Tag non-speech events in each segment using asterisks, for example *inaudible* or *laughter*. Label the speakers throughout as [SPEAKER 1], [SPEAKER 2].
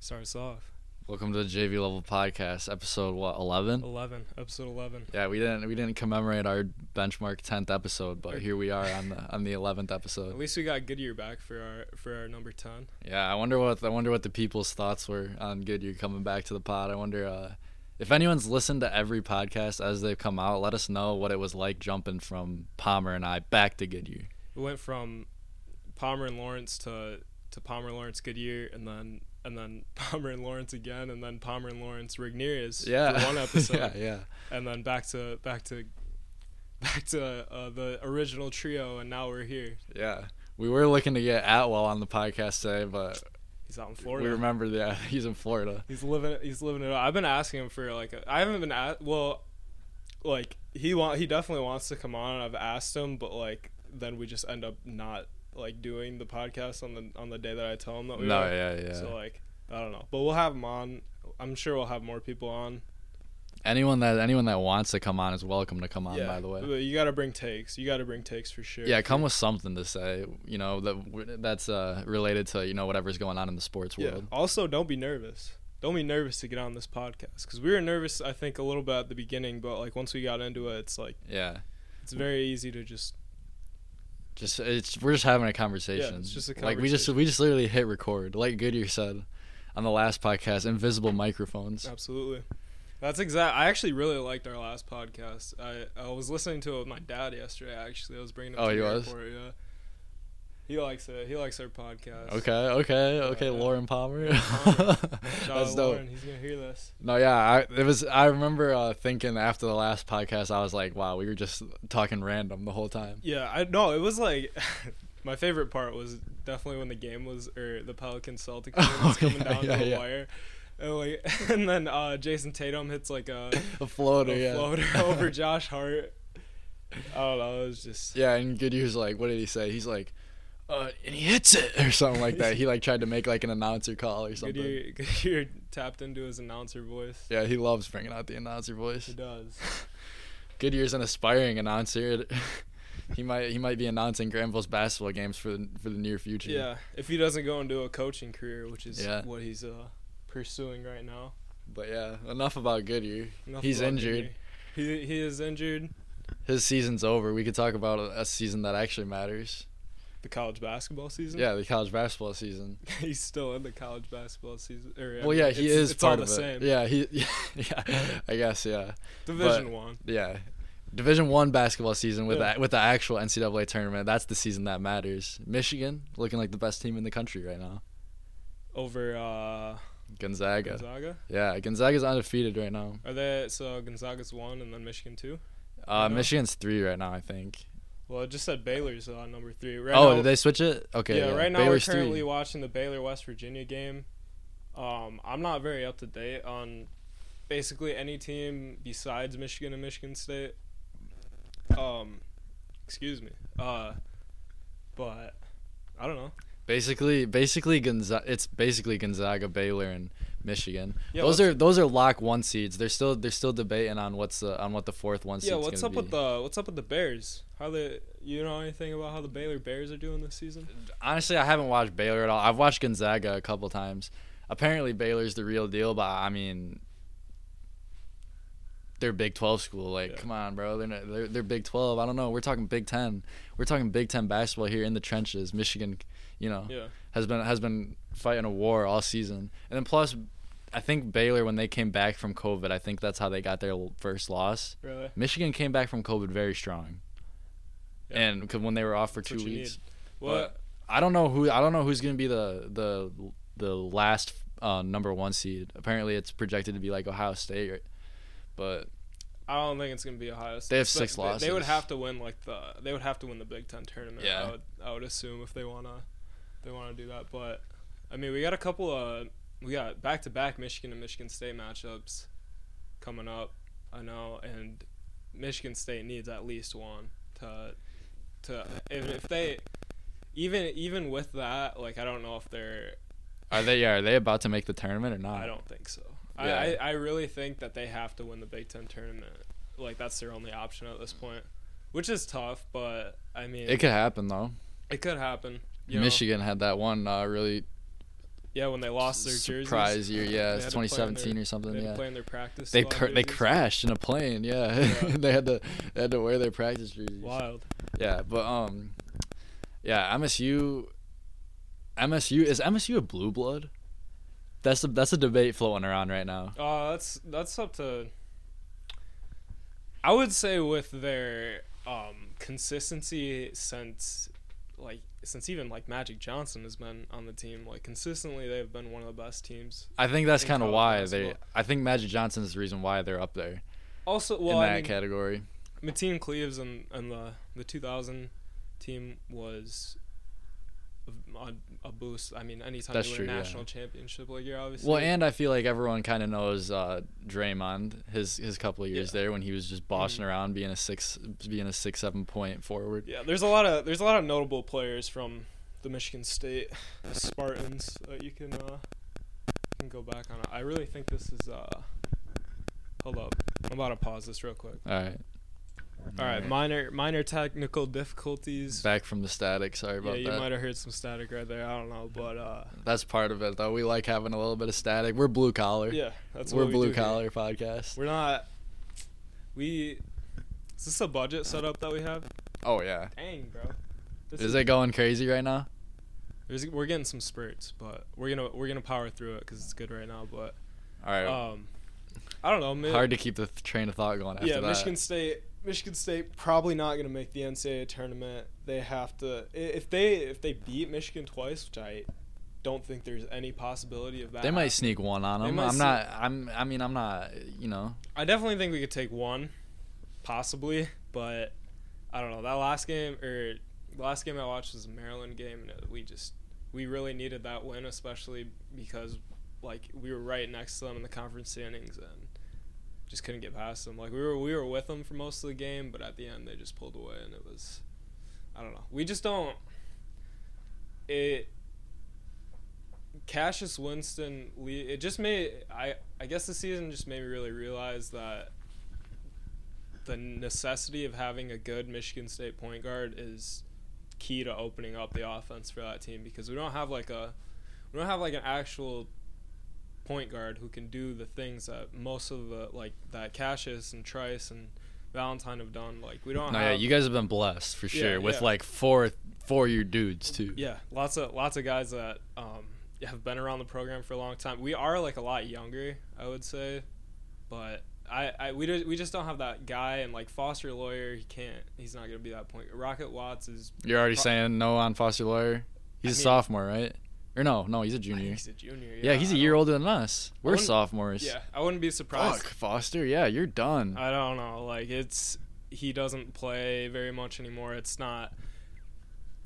[SPEAKER 1] Start us off.
[SPEAKER 2] Welcome to the JV Level Podcast, episode what eleven?
[SPEAKER 1] Eleven, episode eleven.
[SPEAKER 2] Yeah, we didn't we didn't commemorate our benchmark tenth episode, but here we are on the on the eleventh
[SPEAKER 1] At
[SPEAKER 2] episode.
[SPEAKER 1] least we got Goodyear back for our for our number ten.
[SPEAKER 2] Yeah, I wonder what I wonder what the people's thoughts were on Goodyear coming back to the pod. I wonder uh, if anyone's listened to every podcast as they've come out. Let us know what it was like jumping from Palmer and I back to Goodyear.
[SPEAKER 1] We went from Palmer and Lawrence to to Palmer Lawrence Goodyear, and then and then *laughs* Palmer and Lawrence again, and then Palmer and Lawrence Rigneris
[SPEAKER 2] Yeah,
[SPEAKER 1] for
[SPEAKER 2] *laughs*
[SPEAKER 1] one episode,
[SPEAKER 2] yeah, yeah.
[SPEAKER 1] and then back to back to back to uh, the original trio, and now we're here.
[SPEAKER 2] Yeah. We were looking to get Atwell on the podcast today, but
[SPEAKER 1] He's out in Florida.
[SPEAKER 2] we remember yeah, *laughs* he's in Florida.
[SPEAKER 1] He's living. He's living it. Up. I've been asking him for like. A, I haven't been at. Well, like he want. He definitely wants to come on. And I've asked him, but like then we just end up not like doing the podcast on the on the day that I tell him that we.
[SPEAKER 2] No,
[SPEAKER 1] are.
[SPEAKER 2] yeah, yeah.
[SPEAKER 1] So like, I don't know, but we'll have him on. I'm sure we'll have more people on.
[SPEAKER 2] anyone that anyone that wants to come on is welcome to come on.
[SPEAKER 1] yeah.
[SPEAKER 2] By the way,
[SPEAKER 1] but you got to bring takes. You got to bring takes for sure.
[SPEAKER 2] yeah, come with something to say. You know that that's uh, related to you know whatever's going on in the sports
[SPEAKER 1] Yeah.
[SPEAKER 2] world.
[SPEAKER 1] Also, don't be nervous. Don't be nervous to get on this podcast because we were nervous. I think a little bit at the beginning, but like once we got into it, it's like
[SPEAKER 2] Yeah,
[SPEAKER 1] it's very easy to just
[SPEAKER 2] just it's we're just having a conversation.
[SPEAKER 1] Yeah, it's just a
[SPEAKER 2] Like we just
[SPEAKER 1] conversation.
[SPEAKER 2] we just literally hit record. Like Goodyear said on the last podcast, invisible microphones.
[SPEAKER 1] Oh, Absolutely. That's exact. I actually really liked our last podcast. I, I was listening to it with my dad yesterday. Actually, I was bringing him
[SPEAKER 2] Oh,
[SPEAKER 1] to
[SPEAKER 2] he
[SPEAKER 1] the
[SPEAKER 2] was?
[SPEAKER 1] airport. Yeah, he likes it. He likes our podcast.
[SPEAKER 2] Okay, okay, okay,
[SPEAKER 1] Oh, Yeah.
[SPEAKER 2] Lauren Palmer. *laughs*
[SPEAKER 1] Palmer. *laughs* Shout
[SPEAKER 2] That's
[SPEAKER 1] out
[SPEAKER 2] dope.
[SPEAKER 1] Lauren. He's gonna hear this.
[SPEAKER 2] No, yeah, I, it was. I remember uh, thinking after the last podcast, I was like, "Wow, we were just talking random the whole time."
[SPEAKER 1] Yeah, I no. It was like *laughs* my favorite part was definitely when the game was or the Pelicans *laughs* Celtics game was
[SPEAKER 2] Oh,
[SPEAKER 1] coming
[SPEAKER 2] yeah,
[SPEAKER 1] down
[SPEAKER 2] yeah,
[SPEAKER 1] to the
[SPEAKER 2] yeah.
[SPEAKER 1] wire. And, like, *laughs* and then uh, Jason Tatum hits like a,
[SPEAKER 2] A floater,
[SPEAKER 1] a
[SPEAKER 2] yeah.
[SPEAKER 1] floater *laughs* over Josh Hart. I don't know. It was just
[SPEAKER 2] Yeah, and Goodyear's like, "What did he say?" He's like, "Uh," and he hits it or something like that. He like tried to make like an announcer call or something.
[SPEAKER 1] *laughs* Goodyear, Goodyear tapped into his announcer voice.
[SPEAKER 2] Yeah, he loves bringing out the announcer voice.
[SPEAKER 1] He does.
[SPEAKER 2] Goodyear's an aspiring announcer. *laughs* he might he might be announcing Granville's basketball games for the for the near future.
[SPEAKER 1] Yeah, if he doesn't go into a coaching career, which is
[SPEAKER 2] Yeah.
[SPEAKER 1] what he's uh, pursuing right now.
[SPEAKER 2] But yeah, enough about Goodyear.
[SPEAKER 1] Enough
[SPEAKER 2] He's
[SPEAKER 1] about
[SPEAKER 2] injured.
[SPEAKER 1] Goodyear. He he is injured.
[SPEAKER 2] His season's over. We could talk about a, a season that actually matters.
[SPEAKER 1] The college basketball season.
[SPEAKER 2] Yeah, the college basketball season.
[SPEAKER 1] *laughs* he's still in the college basketball season. Or, I
[SPEAKER 2] Well,
[SPEAKER 1] mean,
[SPEAKER 2] yeah, he
[SPEAKER 1] it's-
[SPEAKER 2] is
[SPEAKER 1] It's
[SPEAKER 2] part
[SPEAKER 1] all
[SPEAKER 2] of
[SPEAKER 1] the
[SPEAKER 2] it.
[SPEAKER 1] same.
[SPEAKER 2] Yeah, he. *laughs* Yeah, I guess. Yeah.
[SPEAKER 1] Division one.
[SPEAKER 2] Yeah. Division one basketball season with
[SPEAKER 1] Yeah.
[SPEAKER 2] the, with the actual NCAA tournament. That's the season that matters. Michigan looking like the best team in the country right now.
[SPEAKER 1] over uh,
[SPEAKER 2] Gonzaga.
[SPEAKER 1] Gonzaga.
[SPEAKER 2] Yeah, Gonzaga's undefeated right now.
[SPEAKER 1] Are they so Gonzaga's one and then Michigan two?
[SPEAKER 2] Uh,
[SPEAKER 1] No.
[SPEAKER 2] Michigan's three right now, I think.
[SPEAKER 1] Well, it just said Baylor's uh, number three. Right
[SPEAKER 2] oh,
[SPEAKER 1] now-
[SPEAKER 2] did they switch it? Okay.
[SPEAKER 1] yeah, right now
[SPEAKER 2] Baylor's
[SPEAKER 1] we're currently
[SPEAKER 2] three.
[SPEAKER 1] watching the Baylor West Virginia game. Um, I'm not very up to date on basically any team besides Michigan and Michigan State. Um, excuse me. Uh, but I don't know.
[SPEAKER 2] basically basically Gonzaga. It's basically Gonzaga, Baylor, and Michigan.
[SPEAKER 1] Yeah,
[SPEAKER 2] those
[SPEAKER 1] what's-
[SPEAKER 2] are those are lock one seeds. They're still they're still debating on what's the, on what the fourth one seed.
[SPEAKER 1] Yeah, what's up with the what's up with the Bears? How the you know anything about how the Baylor Bears are doing this season?
[SPEAKER 2] honestly, I haven't watched Baylor at all. I've watched Gonzaga a couple times. Apparently, Baylor's the real deal, but I mean, they're Big Twelve school. Like,
[SPEAKER 1] Yeah.
[SPEAKER 2] come on, bro. They're, not, they're they're Big Twelve. I don't know. We're talking Big Ten. We're talking Big Ten basketball here in the trenches. Michigan, you know,
[SPEAKER 1] Yeah.
[SPEAKER 2] has been has been fighting a war all season. And then plus, I think Baylor when they came back from COVID, I think that's how they got their l- first loss.
[SPEAKER 1] Really?
[SPEAKER 2] Michigan came back from COVID very strong.
[SPEAKER 1] Yeah.
[SPEAKER 2] And 'cause when they were off for
[SPEAKER 1] That's
[SPEAKER 2] two
[SPEAKER 1] what you
[SPEAKER 2] weeks,
[SPEAKER 1] What?
[SPEAKER 2] I don't know who I don't know who's gonna be the the the last uh, number one seed. Apparently, it's projected to be like Ohio State, or- but
[SPEAKER 1] I don't think it's gonna be Ohio State.
[SPEAKER 2] have
[SPEAKER 1] but
[SPEAKER 2] six
[SPEAKER 1] they- They would
[SPEAKER 2] losses.
[SPEAKER 1] have to win like the they would have to win the Big Ten tournament.
[SPEAKER 2] Yeah.
[SPEAKER 1] I would, I would assume if they wanna they wanna do that. But I mean, we got a couple of we got back to back Michigan and Michigan State matchups coming up. I know, and Michigan State needs at least one to to if, if they even even with that like I don't know if they're
[SPEAKER 2] are they yeah, are they about to make the tournament or not?
[SPEAKER 1] I don't think so.
[SPEAKER 2] Hmm. Yeah.
[SPEAKER 1] I, I, I really think that they have to win the Big Ten tournament. Like that's their only option at
[SPEAKER 2] Hmm.
[SPEAKER 1] this point, which is tough. But I mean,
[SPEAKER 2] It could happen though.
[SPEAKER 1] it could happen. You know?
[SPEAKER 2] Michigan had that one uh, really
[SPEAKER 1] Yeah, when they lost their jerseys.
[SPEAKER 2] surprise year. Yeah,
[SPEAKER 1] They had
[SPEAKER 2] it's
[SPEAKER 1] to play in
[SPEAKER 2] 2017
[SPEAKER 1] their-
[SPEAKER 2] or something.
[SPEAKER 1] They had to
[SPEAKER 2] yeah,
[SPEAKER 1] play in their practice.
[SPEAKER 2] they
[SPEAKER 1] squad
[SPEAKER 2] cr- they
[SPEAKER 1] jerseys.
[SPEAKER 2] crashed in a plane. Yeah, *laughs*
[SPEAKER 1] Yeah.
[SPEAKER 2] they had to they had to wear their practice jerseys.
[SPEAKER 1] Wild.
[SPEAKER 2] Yeah, but um, yeah, MSU, MSU is MSU a blue blood? That's a that's a debate floating around right now.
[SPEAKER 1] Uh, that's that's up to. I would say with their um, consistency since, like since even like Magic Johnson has been on the team, like consistently they've been one of the best teams.
[SPEAKER 2] I think that's
[SPEAKER 1] In
[SPEAKER 2] kind of
[SPEAKER 1] college
[SPEAKER 2] why they.
[SPEAKER 1] basketball.
[SPEAKER 2] I think Magic Johnson is the reason why they're up there
[SPEAKER 1] Also, well,
[SPEAKER 2] in that
[SPEAKER 1] I mean,
[SPEAKER 2] category.
[SPEAKER 1] Mateen Cleaves and, and the the 2000 team was a, a boost. I mean, anytime
[SPEAKER 2] That's
[SPEAKER 1] you win
[SPEAKER 2] true,
[SPEAKER 1] a
[SPEAKER 2] yeah.
[SPEAKER 1] national championship, like you're obviously
[SPEAKER 2] Well, and I feel like everyone kind of knows uh, Draymond his his couple of years there when he was just
[SPEAKER 1] Mm-hmm.
[SPEAKER 2] bossing around being a six being a six seven point forward.
[SPEAKER 1] Yeah, there's a lot of there's a lot of notable players from the Michigan State Spartans that you can uh, you can go back on. I really think this is uh hold up. I'm about to pause this real quick.
[SPEAKER 2] All right.
[SPEAKER 1] All right,
[SPEAKER 2] Alright.
[SPEAKER 1] minor minor technical difficulties.
[SPEAKER 2] back from the static. Sorry
[SPEAKER 1] Yeah,
[SPEAKER 2] about
[SPEAKER 1] you
[SPEAKER 2] that.
[SPEAKER 1] might have heard some static right there. I don't know, but uh
[SPEAKER 2] That's part of it though. We like having a little bit of static. We're blue collar.
[SPEAKER 1] yeah, that's
[SPEAKER 2] We're
[SPEAKER 1] what we do
[SPEAKER 2] blue
[SPEAKER 1] here.
[SPEAKER 2] collar podcast.
[SPEAKER 1] We're not we Is this a budget setup that we have?
[SPEAKER 2] Oh yeah.
[SPEAKER 1] Dang, bro. This
[SPEAKER 2] Is it going crazy right now?
[SPEAKER 1] There's, we're getting some spurts, but we're gonna we're gonna power through it because it's good right now. But
[SPEAKER 2] All right.
[SPEAKER 1] um, I don't know. Mi-
[SPEAKER 2] Hard to keep the th- train of thought going after
[SPEAKER 1] yeah,
[SPEAKER 2] that.
[SPEAKER 1] Michigan State. Michigan State probably not gonna make the NCAA tournament. They have to i- if they if they beat Michigan twice, which I don't think there's any possibility of that.
[SPEAKER 2] They might sneak one on
[SPEAKER 1] They
[SPEAKER 2] them.
[SPEAKER 1] might
[SPEAKER 2] I'm
[SPEAKER 1] sneak-
[SPEAKER 2] not. I'm. I mean, I'm not. You know.
[SPEAKER 1] I definitely think we could take one, possibly, but I don't know. That last game or last game I watched was a Maryland game, and we just we really needed that win, especially because like we were right next to them in the conference standings and just couldn't get past them. Like we were we were with them for most of the game, but at the end they just pulled away, and it was I don't know. We just don't it. Cassius Winston, le- it just made I I guess the season just made me really realize that the necessity of having a good Michigan State point guard is key to opening up the offense for that team because we don't have like a we don't have like an actual point guard who can do the things that most of the like that Cassius and Trice and Valentine have done. Like we don't
[SPEAKER 2] No, yeah.
[SPEAKER 1] have
[SPEAKER 2] You guys have been blessed for
[SPEAKER 1] Yeah,
[SPEAKER 2] sure with
[SPEAKER 1] yeah.
[SPEAKER 2] like four four year dudes too.
[SPEAKER 1] Yeah, lots of lots of guys that um, have been around the program for a long time. We are like a lot younger, I would say, but I, I we just we just don't have that guy and like Foster Lawyer. He can't. He's not gonna be that point. Rocket Watts is.
[SPEAKER 2] You're already
[SPEAKER 1] Pro-
[SPEAKER 2] saying no on Foster Lawyer. He's
[SPEAKER 1] I
[SPEAKER 2] a
[SPEAKER 1] mean-
[SPEAKER 2] sophomore, right? Or no, no, he's a
[SPEAKER 1] I think
[SPEAKER 2] junior.
[SPEAKER 1] he's a junior.
[SPEAKER 2] Yeah, he's
[SPEAKER 1] I
[SPEAKER 2] a year
[SPEAKER 1] don't-
[SPEAKER 2] older than us. We're
[SPEAKER 1] wouldn't-
[SPEAKER 2] sophomores.
[SPEAKER 1] Yeah, I wouldn't be surprised.
[SPEAKER 2] Fuck, Foster. Yeah, you're done.
[SPEAKER 1] I don't know. Like it's he doesn't play very much anymore. It's not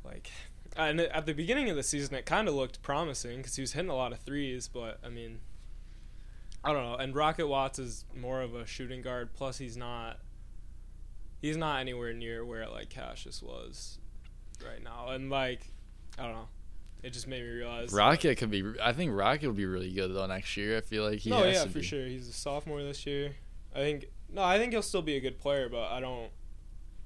[SPEAKER 1] like and at the beginning of the season it kind of looked promising because he was hitting a lot of threes. But I mean, I don't know. And Rocket Watts is more of a shooting guard. Plus he's not he's not anywhere near where like Cassius was right now. And like I don't know. It just made me realize.
[SPEAKER 2] Rocket could be. I think Rocket will be really good though next year. I feel like he.
[SPEAKER 1] no,
[SPEAKER 2] has
[SPEAKER 1] yeah,
[SPEAKER 2] to
[SPEAKER 1] for
[SPEAKER 2] be.
[SPEAKER 1] sure. He's a sophomore this year. I think no, I think he'll still be a good player, but I don't.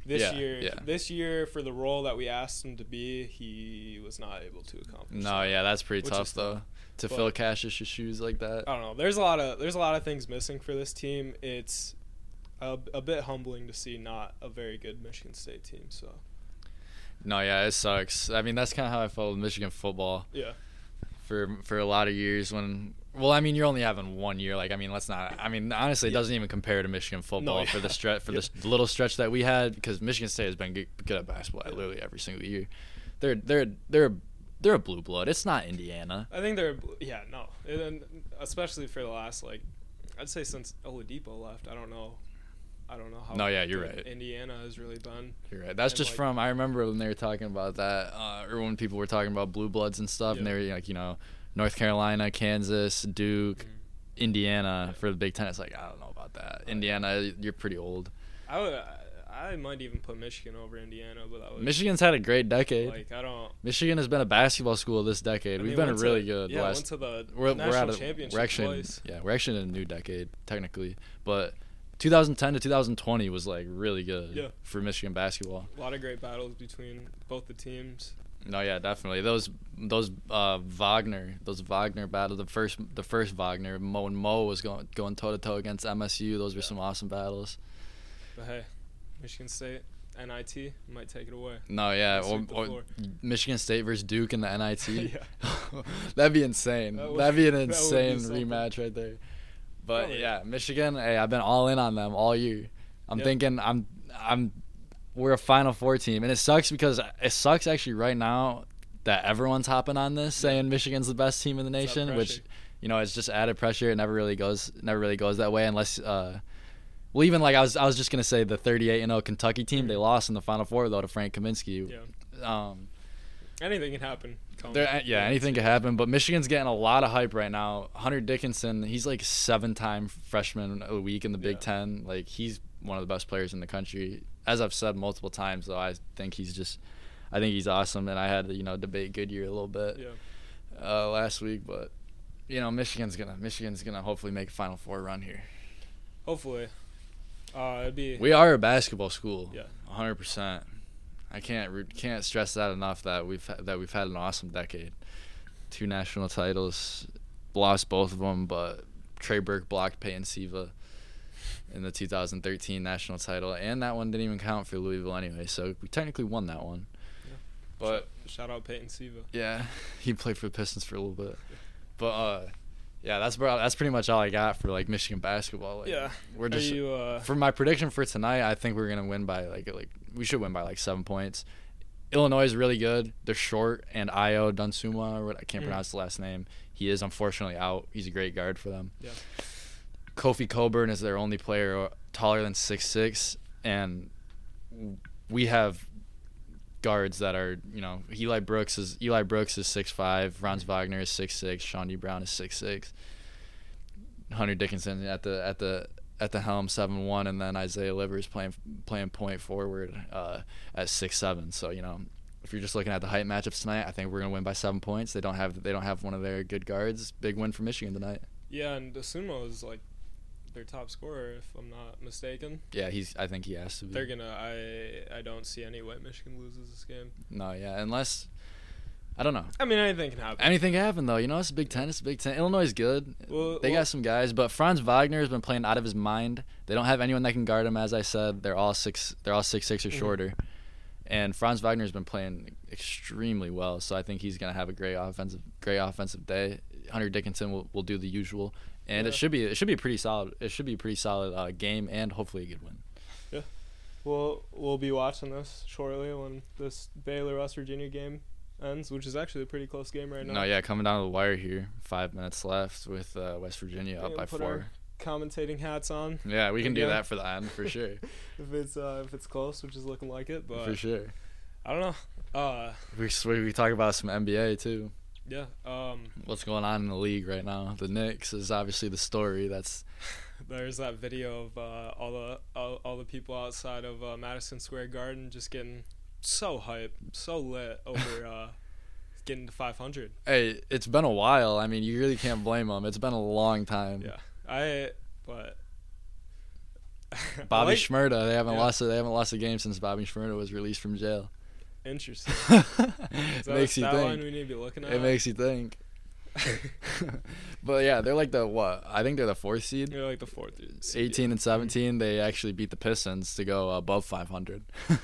[SPEAKER 1] This
[SPEAKER 2] Yeah,
[SPEAKER 1] year,
[SPEAKER 2] yeah.
[SPEAKER 1] this year for the role that we asked him to be, he was not able to accomplish.
[SPEAKER 2] No, yeah, that's pretty
[SPEAKER 1] Which
[SPEAKER 2] tough
[SPEAKER 1] is
[SPEAKER 2] though to
[SPEAKER 1] But-
[SPEAKER 2] fill Cassius' shoes like that.
[SPEAKER 1] I don't know. There's a lot of there's a lot of things missing for this team. It's a, a bit humbling to see not a very good Michigan State team. So
[SPEAKER 2] No, yeah, it sucks. I mean, that's kind of how I felt with Michigan football
[SPEAKER 1] yeah,
[SPEAKER 2] for for a lot of years. When well, I mean, you're only having one year. Like, I mean, let's not. I mean, honestly, it doesn't even compare to Michigan football for the
[SPEAKER 1] yeah.
[SPEAKER 2] stretch for the the little stretch that we had because Michigan State has been good, good at basketball at literally every single year. They're they're they're they're a blue blood. It's not Indiana.
[SPEAKER 1] I think they're yeah no, and then especially for the last like, I'd say since Oladipo left, I don't know, I don't know how.
[SPEAKER 2] No, yeah, you're
[SPEAKER 1] good
[SPEAKER 2] right.
[SPEAKER 1] Indiana has really been.
[SPEAKER 2] You're right. That's
[SPEAKER 1] And,
[SPEAKER 2] just
[SPEAKER 1] like-
[SPEAKER 2] from I remember when they were talking about that, uh, or when people were talking about blue bloods and stuff, and
[SPEAKER 1] Yeah.
[SPEAKER 2] they were you know, like, you know, North Carolina, Kansas, Duke,
[SPEAKER 1] Mhm.
[SPEAKER 2] Indiana for the Big Ten. It's like I don't know about that. Indiana, you're pretty old.
[SPEAKER 1] I would, I- I might even put Michigan over Indiana, but that would
[SPEAKER 2] Michigan's had a great decade.
[SPEAKER 1] like I don't.
[SPEAKER 2] Michigan has been a basketball school this decade.
[SPEAKER 1] I
[SPEAKER 2] We've
[SPEAKER 1] mean,
[SPEAKER 2] been
[SPEAKER 1] went to-
[SPEAKER 2] really good.
[SPEAKER 1] Yeah,
[SPEAKER 2] last
[SPEAKER 1] went to the
[SPEAKER 2] we're,
[SPEAKER 1] national
[SPEAKER 2] we're out of
[SPEAKER 1] championship
[SPEAKER 2] we're actually
[SPEAKER 1] twice.
[SPEAKER 2] yeah we're actually in a new decade technically, but 2010 to 2020 was like really good
[SPEAKER 1] Yeah.
[SPEAKER 2] for Michigan basketball.
[SPEAKER 1] A lot of great battles between both the teams.
[SPEAKER 2] No, yeah, definitely. Those those uh, Wagner, those Wagner battle, the first the first Wagner, Mo and Mo was going going toe to toe against MSU. Those were
[SPEAKER 1] Yeah.
[SPEAKER 2] some awesome battles.
[SPEAKER 1] But hey, Michigan State, NIT might take it away.
[SPEAKER 2] No, yeah, or,
[SPEAKER 1] Sweep the
[SPEAKER 2] or
[SPEAKER 1] floor.
[SPEAKER 2] Michigan State versus Duke in the NIT.
[SPEAKER 1] *laughs* Yeah.
[SPEAKER 2] *laughs* That'd be insane.
[SPEAKER 1] That would-
[SPEAKER 2] That'd be an
[SPEAKER 1] that would be
[SPEAKER 2] insane
[SPEAKER 1] something.
[SPEAKER 2] rematch right there. But
[SPEAKER 1] Probably.
[SPEAKER 2] yeah, Michigan. Hey, I've been all in on them all year. I'm
[SPEAKER 1] Yep.
[SPEAKER 2] thinking I'm I'm we're a Final Four team, and it sucks because it sucks actually right now that everyone's hopping on this
[SPEAKER 1] Yeah.
[SPEAKER 2] saying Michigan's the best team in the
[SPEAKER 1] It's that
[SPEAKER 2] nation, which
[SPEAKER 1] pressure.
[SPEAKER 2] you know it's just added pressure. It never really goes never really goes that way unless. uh well, even like I was, I was just gonna say the 38 and 0 Kentucky team. They lost in the Final Four though to Frank Kaminsky.
[SPEAKER 1] Mm. Yeah.
[SPEAKER 2] Um,
[SPEAKER 1] Anything can happen. Colin.
[SPEAKER 2] there, uh, yeah, anything could happen. But Michigan's getting a lot of hype right now. Hunter Dickinson, he's like seven-time freshman of the week in the Big
[SPEAKER 1] Yeah.
[SPEAKER 2] Ten. Like he's one of the best players in the country. As I've said multiple times, though, I think he's just, I think he's awesome. And I had to, you know, debate Goodyear a little bit
[SPEAKER 1] Yeah.
[SPEAKER 2] uh, last week, but you know, Michigan's gonna, Michigan's gonna hopefully make a Final Four run here.
[SPEAKER 1] Hopefully. Uh, it'd be.
[SPEAKER 2] We are a basketball school.
[SPEAKER 1] Yeah.
[SPEAKER 2] 100%. I can't re- can't stress that enough that we've ha- that we've had an awesome decade. Two national titles, lost both of them, but Trey Burke blocked Peyton Siva in the 2013 national title, and that one didn't even count for Louisville anyway. So we technically won that one.
[SPEAKER 1] Yeah.
[SPEAKER 2] But
[SPEAKER 1] shout out Peyton Siva.
[SPEAKER 2] yeah, *laughs* he played for the Pistons for a little bit. But uh, yeah, that's about, that's pretty much all I got for like Michigan basketball. Like,
[SPEAKER 1] yeah.
[SPEAKER 2] we're just
[SPEAKER 1] Are you, uh,
[SPEAKER 2] for my prediction for tonight, I think we're gonna win by like like we should win by like seven points. Illinois is really good. They're short, and Io Dunsuma, or what I can't
[SPEAKER 1] Mm.
[SPEAKER 2] pronounce the last name. He is unfortunately out. He's a great guard for them.
[SPEAKER 1] Yeah.
[SPEAKER 2] Kofi Coburn is their only player uh, taller than six six, and we have guards that are you know Eli Brooks is Eli Brooks is six five, Franz
[SPEAKER 1] Mm.
[SPEAKER 2] Wagner is six six, Sean D Brown is six six, Hunter Dickinson at the at the at the helm seven one, and then Isaiah Livers playing playing point forward uh, at six seven. So you know. If you're just looking at the height matchups tonight, I think we're gonna win by seven points. They don't have they don't have one of their good guards. Big win for Michigan tonight.
[SPEAKER 1] yeah, and Asumo is like their top scorer, if I'm not mistaken.
[SPEAKER 2] Yeah, he's. I think he has to be.
[SPEAKER 1] They're gonna. I I don't see any way Michigan loses this game.
[SPEAKER 2] No, yeah, unless I don't know.
[SPEAKER 1] I mean, anything can happen.
[SPEAKER 2] Anything can happen though. You know, it's a Big Ten. It's a Big Ten. Illinois is good.
[SPEAKER 1] Well-
[SPEAKER 2] they
[SPEAKER 1] well-
[SPEAKER 2] got some guys, but Franz Wagner has been playing out of his mind. They don't have anyone that can guard him. As I said, they're all six. They're all six six or
[SPEAKER 1] Mhm.
[SPEAKER 2] shorter. And Franz Wagner has been playing extremely well, so I think he's gonna have a great offensive, great offensive day. Hunter Dickinson will, will do the usual, and it
[SPEAKER 1] Yeah.
[SPEAKER 2] should be it should be pretty solid. It should be a pretty solid uh, game and hopefully a good win.
[SPEAKER 1] We'll we'll be watching this shortly when this Baylor West Virginia game ends, which is actually a pretty close game right now.
[SPEAKER 2] No, yeah, coming down to the wire here. Five minutes left with uh, West Virginia up
[SPEAKER 1] Yeah,
[SPEAKER 2] by
[SPEAKER 1] put
[SPEAKER 2] four.
[SPEAKER 1] our- Commentating hats on
[SPEAKER 2] Yeah, we can do
[SPEAKER 1] Yeah.
[SPEAKER 2] that for the end for sure.
[SPEAKER 1] *laughs* if it's uh, if it's close, which is looking like it. But
[SPEAKER 2] for sure.
[SPEAKER 1] I don't know. Uh,
[SPEAKER 2] We we we talk about some NBA too.
[SPEAKER 1] yeah. Um,
[SPEAKER 2] What's going on in the league right now? The Knicks is obviously the story. That's
[SPEAKER 1] there's that video of uh, all the all, all the people outside of uh, Madison Square Garden just getting so hype, so lit
[SPEAKER 2] *laughs*
[SPEAKER 1] over uh, getting to 500.
[SPEAKER 2] hey, it's been a while. I mean, you really can't blame them. It's been a long time.
[SPEAKER 1] Yeah, I but *laughs* I
[SPEAKER 2] Bobby
[SPEAKER 1] like-
[SPEAKER 2] Shmurda, they haven't
[SPEAKER 1] Yeah.
[SPEAKER 2] lost a, they haven't lost a game since Bobby Shmurda was released from jail. *laughs*
[SPEAKER 1] interesting. Is
[SPEAKER 2] it
[SPEAKER 1] that
[SPEAKER 2] makes
[SPEAKER 1] a
[SPEAKER 2] you
[SPEAKER 1] stat line
[SPEAKER 2] think.
[SPEAKER 1] we uh, need to be looking at.
[SPEAKER 2] It makes you think. *laughs* but yeah, they're like the what? I think they're the fourth
[SPEAKER 1] *laughs*
[SPEAKER 2] seed.
[SPEAKER 1] You're like the fourth.
[SPEAKER 2] *laughs*
[SPEAKER 1] seed,
[SPEAKER 2] 18 and 17, they actually beat the Pistons to go above *laughs* 500.
[SPEAKER 1] yeah.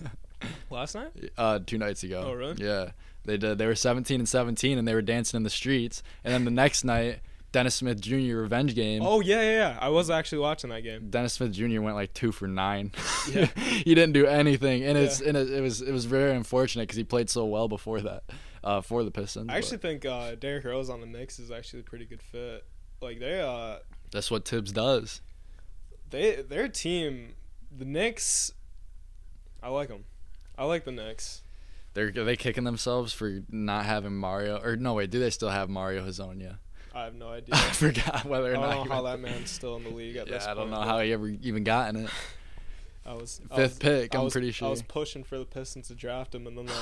[SPEAKER 1] Last night?
[SPEAKER 2] uh, two nights ago.
[SPEAKER 1] Oh, really?
[SPEAKER 2] Yeah, they did. They were 17 and 17, and they were dancing in the streets. And then the next night, Dennis Smith Jr. revenge game.
[SPEAKER 1] Oh yeah, yeah, yeah. I was actually watching that game.
[SPEAKER 2] Dennis Smith Jr. went like two for nine.
[SPEAKER 1] Yeah.
[SPEAKER 2] *laughs* he didn't do anything, and it's
[SPEAKER 1] Yeah.
[SPEAKER 2] and it, it was it was very unfortunate because he played so well before that uh, for the Pistons.
[SPEAKER 1] I actually
[SPEAKER 2] but
[SPEAKER 1] think uh, Derrick Rose on the Knicks is actually a pretty good fit. Like they, uh,
[SPEAKER 2] that's what Tibbs does.
[SPEAKER 1] they, their team, the Knicks. I like them. I like the Knicks.
[SPEAKER 2] They're are they kicking themselves for not having Mario or no wait, do they still have Mario Hazonia? *laughs*
[SPEAKER 1] I have no idea.
[SPEAKER 2] I forgot whether
[SPEAKER 1] I
[SPEAKER 2] or
[SPEAKER 1] don't
[SPEAKER 2] not.
[SPEAKER 1] know
[SPEAKER 2] he
[SPEAKER 1] how that
[SPEAKER 2] went- *laughs*
[SPEAKER 1] man's still in the league at
[SPEAKER 2] Yeah,
[SPEAKER 1] this
[SPEAKER 2] I
[SPEAKER 1] point.
[SPEAKER 2] don't know
[SPEAKER 1] but
[SPEAKER 2] how he ever even gotten it.
[SPEAKER 1] I was I
[SPEAKER 2] Fifth
[SPEAKER 1] was-
[SPEAKER 2] pick,
[SPEAKER 1] I
[SPEAKER 2] I'm
[SPEAKER 1] was-
[SPEAKER 2] pretty
[SPEAKER 1] I was
[SPEAKER 2] sure.
[SPEAKER 1] pushing for the Pistons to draft him, and
[SPEAKER 2] *sighs*
[SPEAKER 1] then they,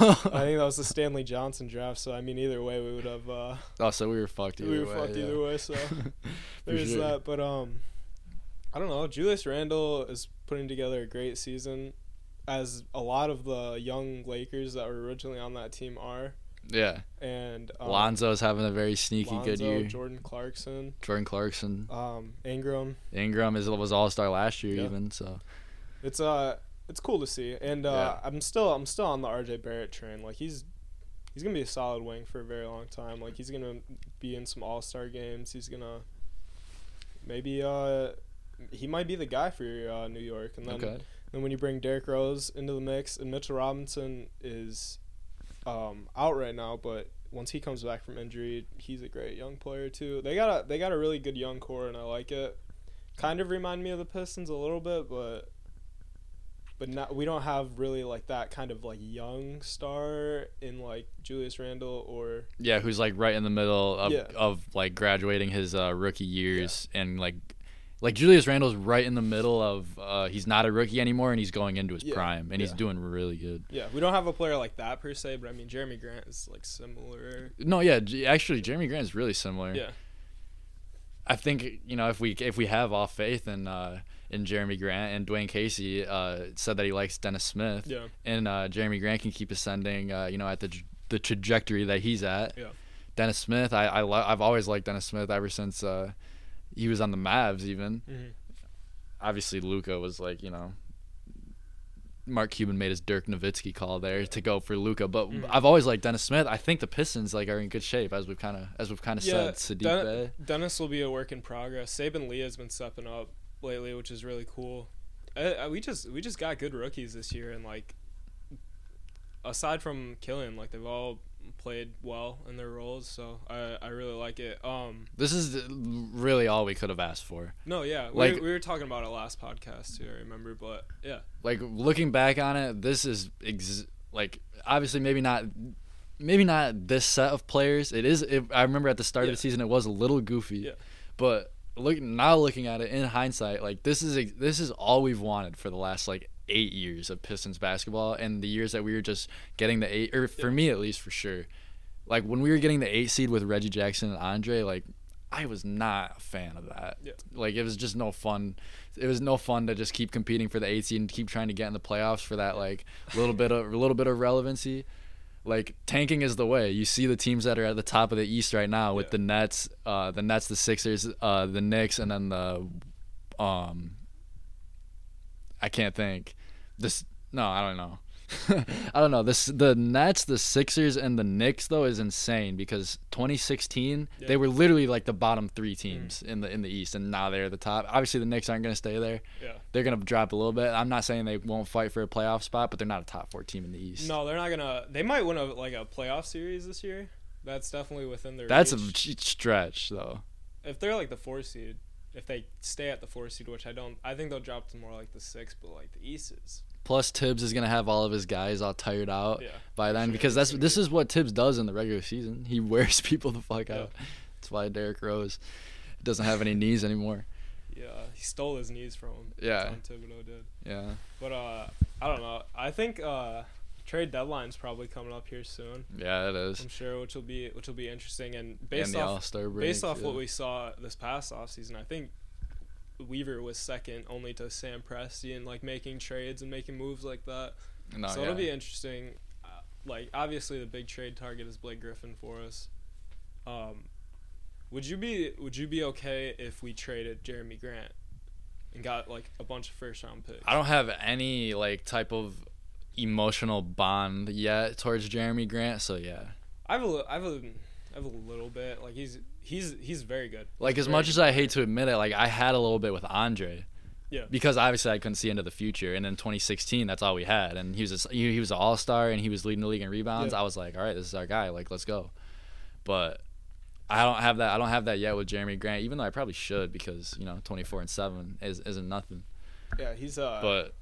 [SPEAKER 1] I think that was the Stanley Johnson draft. So I mean, either way, we would have uh,
[SPEAKER 2] *laughs* Oh, so we were fucked either
[SPEAKER 1] we were
[SPEAKER 2] way.
[SPEAKER 1] fucked
[SPEAKER 2] yeah.
[SPEAKER 1] either way. So
[SPEAKER 2] *laughs* For
[SPEAKER 1] there's
[SPEAKER 2] sure.
[SPEAKER 1] that. But um, I don't know. Julius Randle is putting together a great season. as a lot of the young Lakers that were originally on that team are.
[SPEAKER 2] Yeah.
[SPEAKER 1] And um,
[SPEAKER 2] Lonzo's having a very sneaky good
[SPEAKER 1] Lonzo,
[SPEAKER 2] year.
[SPEAKER 1] Jordan Clarkson,
[SPEAKER 2] Jordan Clarkson,
[SPEAKER 1] um, Ingram.
[SPEAKER 2] Ingram is was all star last year
[SPEAKER 1] Yeah.
[SPEAKER 2] even. So
[SPEAKER 1] It's uh it's cool to see. And uh, I'm still I'm still on the RJ Barrett train. Like he's he's gonna be a solid wing for a very long time. Like he's gonna be in some all star games. He's gonna maybe uh he might be the guy for uh, New York and then
[SPEAKER 2] okay.
[SPEAKER 1] then when you bring Derrick Rose into the mix and Mitchell Robinson is um, out right now, but once he comes back from injury, he's a great young player too. They got a they got a really good young core and I like it. Kind of remind me of the Pistons a little bit, but but not we don't have really like that kind of like young star in like Julius Randle or
[SPEAKER 2] Yeah, who's like right in the middle of
[SPEAKER 1] Yeah.
[SPEAKER 2] of like graduating his uh, rookie years and like like Julius Randle's right in the middle of uh, he's not a rookie anymore and he's going into his
[SPEAKER 1] Yeah.
[SPEAKER 2] prime and he's
[SPEAKER 1] Yeah.
[SPEAKER 2] doing really good.
[SPEAKER 1] yeah, we don't have a player like that per se, but I mean Jeremy Grant is like similar.
[SPEAKER 2] No, yeah, J- actually Jeremy Grant's really similar.
[SPEAKER 1] Yeah.
[SPEAKER 2] I think you know if we if we have all faith in uh, in Jeremy Grant and Dwayne Casey uh, said that he likes Dennis Smith.
[SPEAKER 1] Yeah.
[SPEAKER 2] and uh, Jeremy Grant can keep ascending, uh, you know, at the tr- the trajectory that he's at.
[SPEAKER 1] Yeah.
[SPEAKER 2] Dennis Smith, I, I lo- I've always liked Dennis Smith ever since uh, he was on the Mavs. Even
[SPEAKER 1] Mhm.
[SPEAKER 2] obviously, Luca was like, you know, Mark Cuban made his Dirk Nowitzki call there to go for Luca, but
[SPEAKER 1] Mhm.
[SPEAKER 2] I've always liked Dennis Smith. I think the Pistons like are in good shape as we've kind of as we've kind of
[SPEAKER 1] Yeah,
[SPEAKER 2] said. Sadiq
[SPEAKER 1] Den-
[SPEAKER 2] Bey.
[SPEAKER 1] Dennis will be a work in progress. Saban Lee has been stepping up lately, which is really cool. I, I, we just we just got good rookies this year, and like aside from Killian, like they've all played well in their roles. So I I really like it. Um,
[SPEAKER 2] This is really all we could have asked for.
[SPEAKER 1] no, yeah, we,
[SPEAKER 2] Like-
[SPEAKER 1] we were talking about it last podcast too. I remember, but yeah,
[SPEAKER 2] like looking back on it, this is ex- like obviously maybe not maybe not this set of players. It is. It, I remember at the start
[SPEAKER 1] Yeah.
[SPEAKER 2] of the season, it was a little goofy,
[SPEAKER 1] Yeah.
[SPEAKER 2] but look now looking at it in hindsight, like this is ex- this is all we've wanted for the last like eight years of Pistons basketball and the years that we were just getting the eight, or for me at least for sure, like when we were getting the eight seed with Reggie Jackson and Andre, like. I was not a fan of that.
[SPEAKER 1] Yeah.
[SPEAKER 2] Like it was just no fun it was no fun to just keep competing for the eight seed and keep trying to get in the playoffs for that like little bit of little bit of relevancy. Like tanking is the way. You see the teams that are at the top of the East right now with
[SPEAKER 1] Yeah.
[SPEAKER 2] the Nets, uh, the Nets, the Sixers, uh, the Knicks, and then the um, I can't think. This no, I don't know. *laughs* I don't know. This the Nets, the Sixers, and the Knicks though is insane because 2016
[SPEAKER 1] Yeah. Mm.
[SPEAKER 2] they were literally like the bottom three teams in the in the East, and now they're the top. Obviously, the Knicks aren't going to stay there.
[SPEAKER 1] yeah.
[SPEAKER 2] They're going to drop a little bit. I'm not saying they won't fight for a playoff spot, but they're not a top four team in the East.
[SPEAKER 1] No, they're not gonna. They might win a like a playoff series this year. That's definitely within their.
[SPEAKER 2] That's a
[SPEAKER 1] reach.
[SPEAKER 2] ch- stretch though.
[SPEAKER 1] if they're like the four seed, if they stay at the four seed, which I don't, I think they'll drop to more like the six, but like the East is.
[SPEAKER 2] Plus, Tibbs is going to have all of his guys all tired *laughs* out
[SPEAKER 1] Yeah,
[SPEAKER 2] by then
[SPEAKER 1] sure.
[SPEAKER 2] because
[SPEAKER 1] It's
[SPEAKER 2] that's
[SPEAKER 1] gonna
[SPEAKER 2] this
[SPEAKER 1] be-
[SPEAKER 2] is what Tibbs does in the regular season. He *laughs* wears people the fuck
[SPEAKER 1] Yeah.
[SPEAKER 2] out. That's why Derrick Rose doesn't have any knees anymore.
[SPEAKER 1] Yeah, he stole his knees from him.
[SPEAKER 2] Yeah.
[SPEAKER 1] Tom Thibodeau did.
[SPEAKER 2] Yeah.
[SPEAKER 1] But uh, I don't know. I think uh, trade deadline's probably coming up here
[SPEAKER 2] *laughs*
[SPEAKER 1] soon.
[SPEAKER 2] Yeah, it is.
[SPEAKER 1] I'm sure, which will be which will be interesting. And based
[SPEAKER 2] and the
[SPEAKER 1] off
[SPEAKER 2] All-Star break.
[SPEAKER 1] based off
[SPEAKER 2] yeah.
[SPEAKER 1] what we saw this past offseason, I think Weaver was second only to Sam Presti in like making trades and making moves like that.
[SPEAKER 2] No,
[SPEAKER 1] so
[SPEAKER 2] yeah.
[SPEAKER 1] it'll be interesting. Uh, like obviously, the big trade target is Blake Griffin for us. Um, would you be Would you be okay if we traded Jeremy Grant and got like a bunch of first round picks?
[SPEAKER 2] I don't have any like type of emotional bond yet towards Jeremy Grant, so yeah.
[SPEAKER 1] I have a li- I have a I have a little bit. Like he's he's he's very good.
[SPEAKER 2] Like as
[SPEAKER 1] Very
[SPEAKER 2] much
[SPEAKER 1] good
[SPEAKER 2] as I hate to admit it, like I had a little bit with Andre.
[SPEAKER 1] Yeah.
[SPEAKER 2] Because obviously I couldn't see into the future, and in 2016 that's all we had, and he was a s he, he was an all star, and he was leading the league in rebounds.
[SPEAKER 1] Yeah.
[SPEAKER 2] I was like, all right, this is our guy. Like let's go. But I don't have that. I don't have that yet with Jeremy Grant, even though I probably should because you know 24 and seven is isn't nothing.
[SPEAKER 1] Yeah, he's uh
[SPEAKER 2] But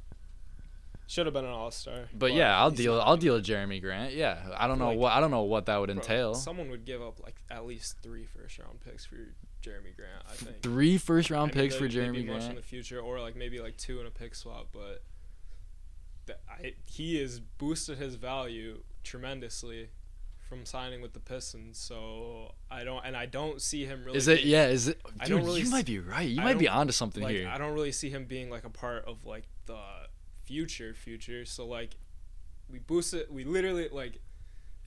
[SPEAKER 1] should have been an all star.
[SPEAKER 2] But yeah, I'll deal. I'll deal with Jeremy Grant. Yeah, I don't know
[SPEAKER 1] Like-
[SPEAKER 2] what I don't know what that would entail.
[SPEAKER 1] Someone would give up like at least three first round picks for Jeremy Grant. I think.
[SPEAKER 2] Three first
[SPEAKER 1] I
[SPEAKER 2] round
[SPEAKER 1] mean,
[SPEAKER 2] picks
[SPEAKER 1] there
[SPEAKER 2] for
[SPEAKER 1] may
[SPEAKER 2] Jeremy
[SPEAKER 1] be much in
[SPEAKER 2] Grant.
[SPEAKER 1] the future, or like maybe like two in a pick swap. But th- I, he has boosted his value tremendously from signing with the Pistons. So I don't, and I don't see him really.
[SPEAKER 2] Is it?
[SPEAKER 1] being-
[SPEAKER 2] Yeah. Is it?
[SPEAKER 1] I
[SPEAKER 2] Dude,
[SPEAKER 1] don't really
[SPEAKER 2] you
[SPEAKER 1] s-
[SPEAKER 2] might be right. You
[SPEAKER 1] I
[SPEAKER 2] might be
[SPEAKER 1] don't-
[SPEAKER 2] onto something
[SPEAKER 1] Like
[SPEAKER 2] here.
[SPEAKER 1] I don't really see him being like a part of like the future future. So like we boosted we literally like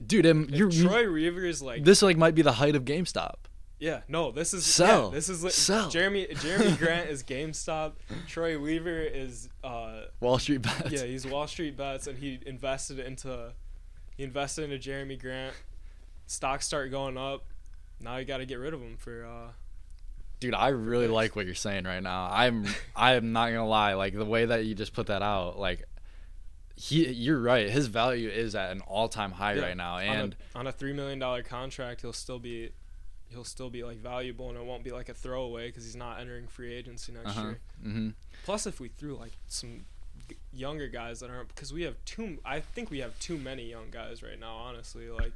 [SPEAKER 2] dude. I'm,
[SPEAKER 1] if
[SPEAKER 2] you're
[SPEAKER 1] Troy Reavers like
[SPEAKER 2] this like might be the height of GameStop.
[SPEAKER 1] yeah, no, this is
[SPEAKER 2] Sell.
[SPEAKER 1] yeah, this is li-
[SPEAKER 2] Sell.
[SPEAKER 1] Jeremy
[SPEAKER 2] *laughs*
[SPEAKER 1] Jeremy Grant is GameStop, Troy Weaver is uh
[SPEAKER 2] Wall Street bets.
[SPEAKER 1] yeah, he's Wall Street bets, and he invested into he invested into Jeremy Grant. Stocks start going up. Now you got to get rid of him for. uh
[SPEAKER 2] Dude, I really
[SPEAKER 1] Thanks.
[SPEAKER 2] like what you're saying right now. I'm I am not gonna lie, like the way that you just put that out, like he you're right. His value is at an all time high
[SPEAKER 1] Yeah,
[SPEAKER 2] right now.
[SPEAKER 1] on a-
[SPEAKER 2] And
[SPEAKER 1] on a, three million dollar contract, he'll still be he'll still be like valuable, and it won't be like a throwaway because he's not entering free agency next
[SPEAKER 2] Uh-huh.
[SPEAKER 1] year.
[SPEAKER 2] hmm
[SPEAKER 1] Plus, if we threw like some g- younger guys that aren't because we have too I think we have too many young guys right now. Honestly, like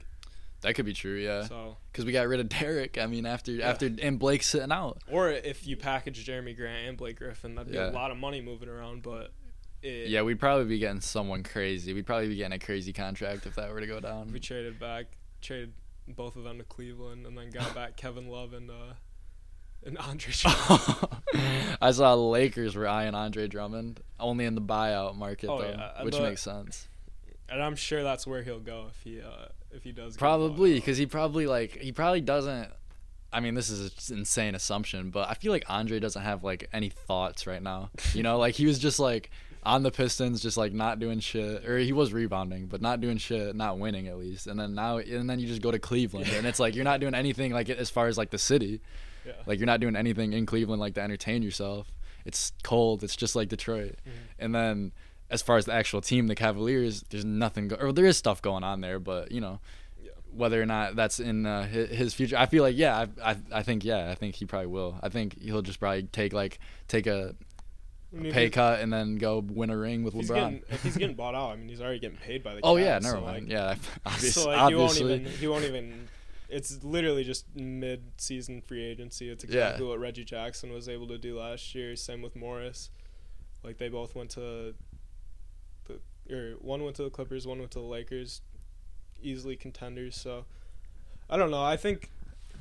[SPEAKER 2] that could be true, yeah.
[SPEAKER 1] so.
[SPEAKER 2] Because we got rid of Derek. I mean after after and Blake's sitting out.
[SPEAKER 1] Or if you package Jeremy Grant and Blake Griffin, that'd be a
[SPEAKER 2] Yeah.
[SPEAKER 1] lot of money moving around, but. It,
[SPEAKER 2] Yeah, we'd probably be getting someone crazy. We'd probably be getting a crazy contract if that were to go
[SPEAKER 1] We
[SPEAKER 2] down.
[SPEAKER 1] traded back, traded both of them to Cleveland, and then
[SPEAKER 2] *laughs*
[SPEAKER 1] got back Kevin Love and uh, and Andre. Drummond.
[SPEAKER 2] *laughs* I saw the Lakers were eyeing Andre Drummond only in the buyout market
[SPEAKER 1] Oh,
[SPEAKER 2] though,
[SPEAKER 1] yeah,
[SPEAKER 2] which
[SPEAKER 1] but-
[SPEAKER 2] makes sense.
[SPEAKER 1] and I'm sure that's where he'll go if he uh, if he does. get
[SPEAKER 2] Probably
[SPEAKER 1] bought out.
[SPEAKER 2] because he probably like he probably doesn't. I mean, this is an insane assumption, but I feel like Andre doesn't have like any thoughts right now. You know, like he was just like on the Pistons, just like not doing shit, or he was rebounding, but not doing shit, not winning at least. And then now, and then you just go to Cleveland, and it's like you're not doing anything like as far as like the city,
[SPEAKER 1] Yeah.
[SPEAKER 2] like you're not doing anything in Cleveland like to entertain yourself. It's cold. It's just like Detroit. And then as far as the actual team, the Cavaliers, there's nothing. Go- or there is stuff going on there, but you know whether or not that's in uh, hi- his future. I feel like yeah, I, I I think yeah, I think he probably will. I think he'll just probably take like take a
[SPEAKER 1] I mean, if
[SPEAKER 2] pay
[SPEAKER 1] he's-
[SPEAKER 2] cut and then go win a ring with
[SPEAKER 1] if he's
[SPEAKER 2] LeBron.
[SPEAKER 1] getting- if he's getting bought out, I mean, he's already getting paid by the.
[SPEAKER 2] *laughs* oh
[SPEAKER 1] Cavs,
[SPEAKER 2] yeah, never
[SPEAKER 1] so,
[SPEAKER 2] mind.
[SPEAKER 1] like-
[SPEAKER 2] yeah, obvious-
[SPEAKER 1] *laughs*
[SPEAKER 2] obviously.
[SPEAKER 1] so like he won't even he won't even. It's literally just mid-season free agency. It's exactly what Reggie Jackson was able to do last year. Same with Morris. Like they both went to the or one went to the Clippers, one went to the Lakers, easily contenders. So I don't know. I think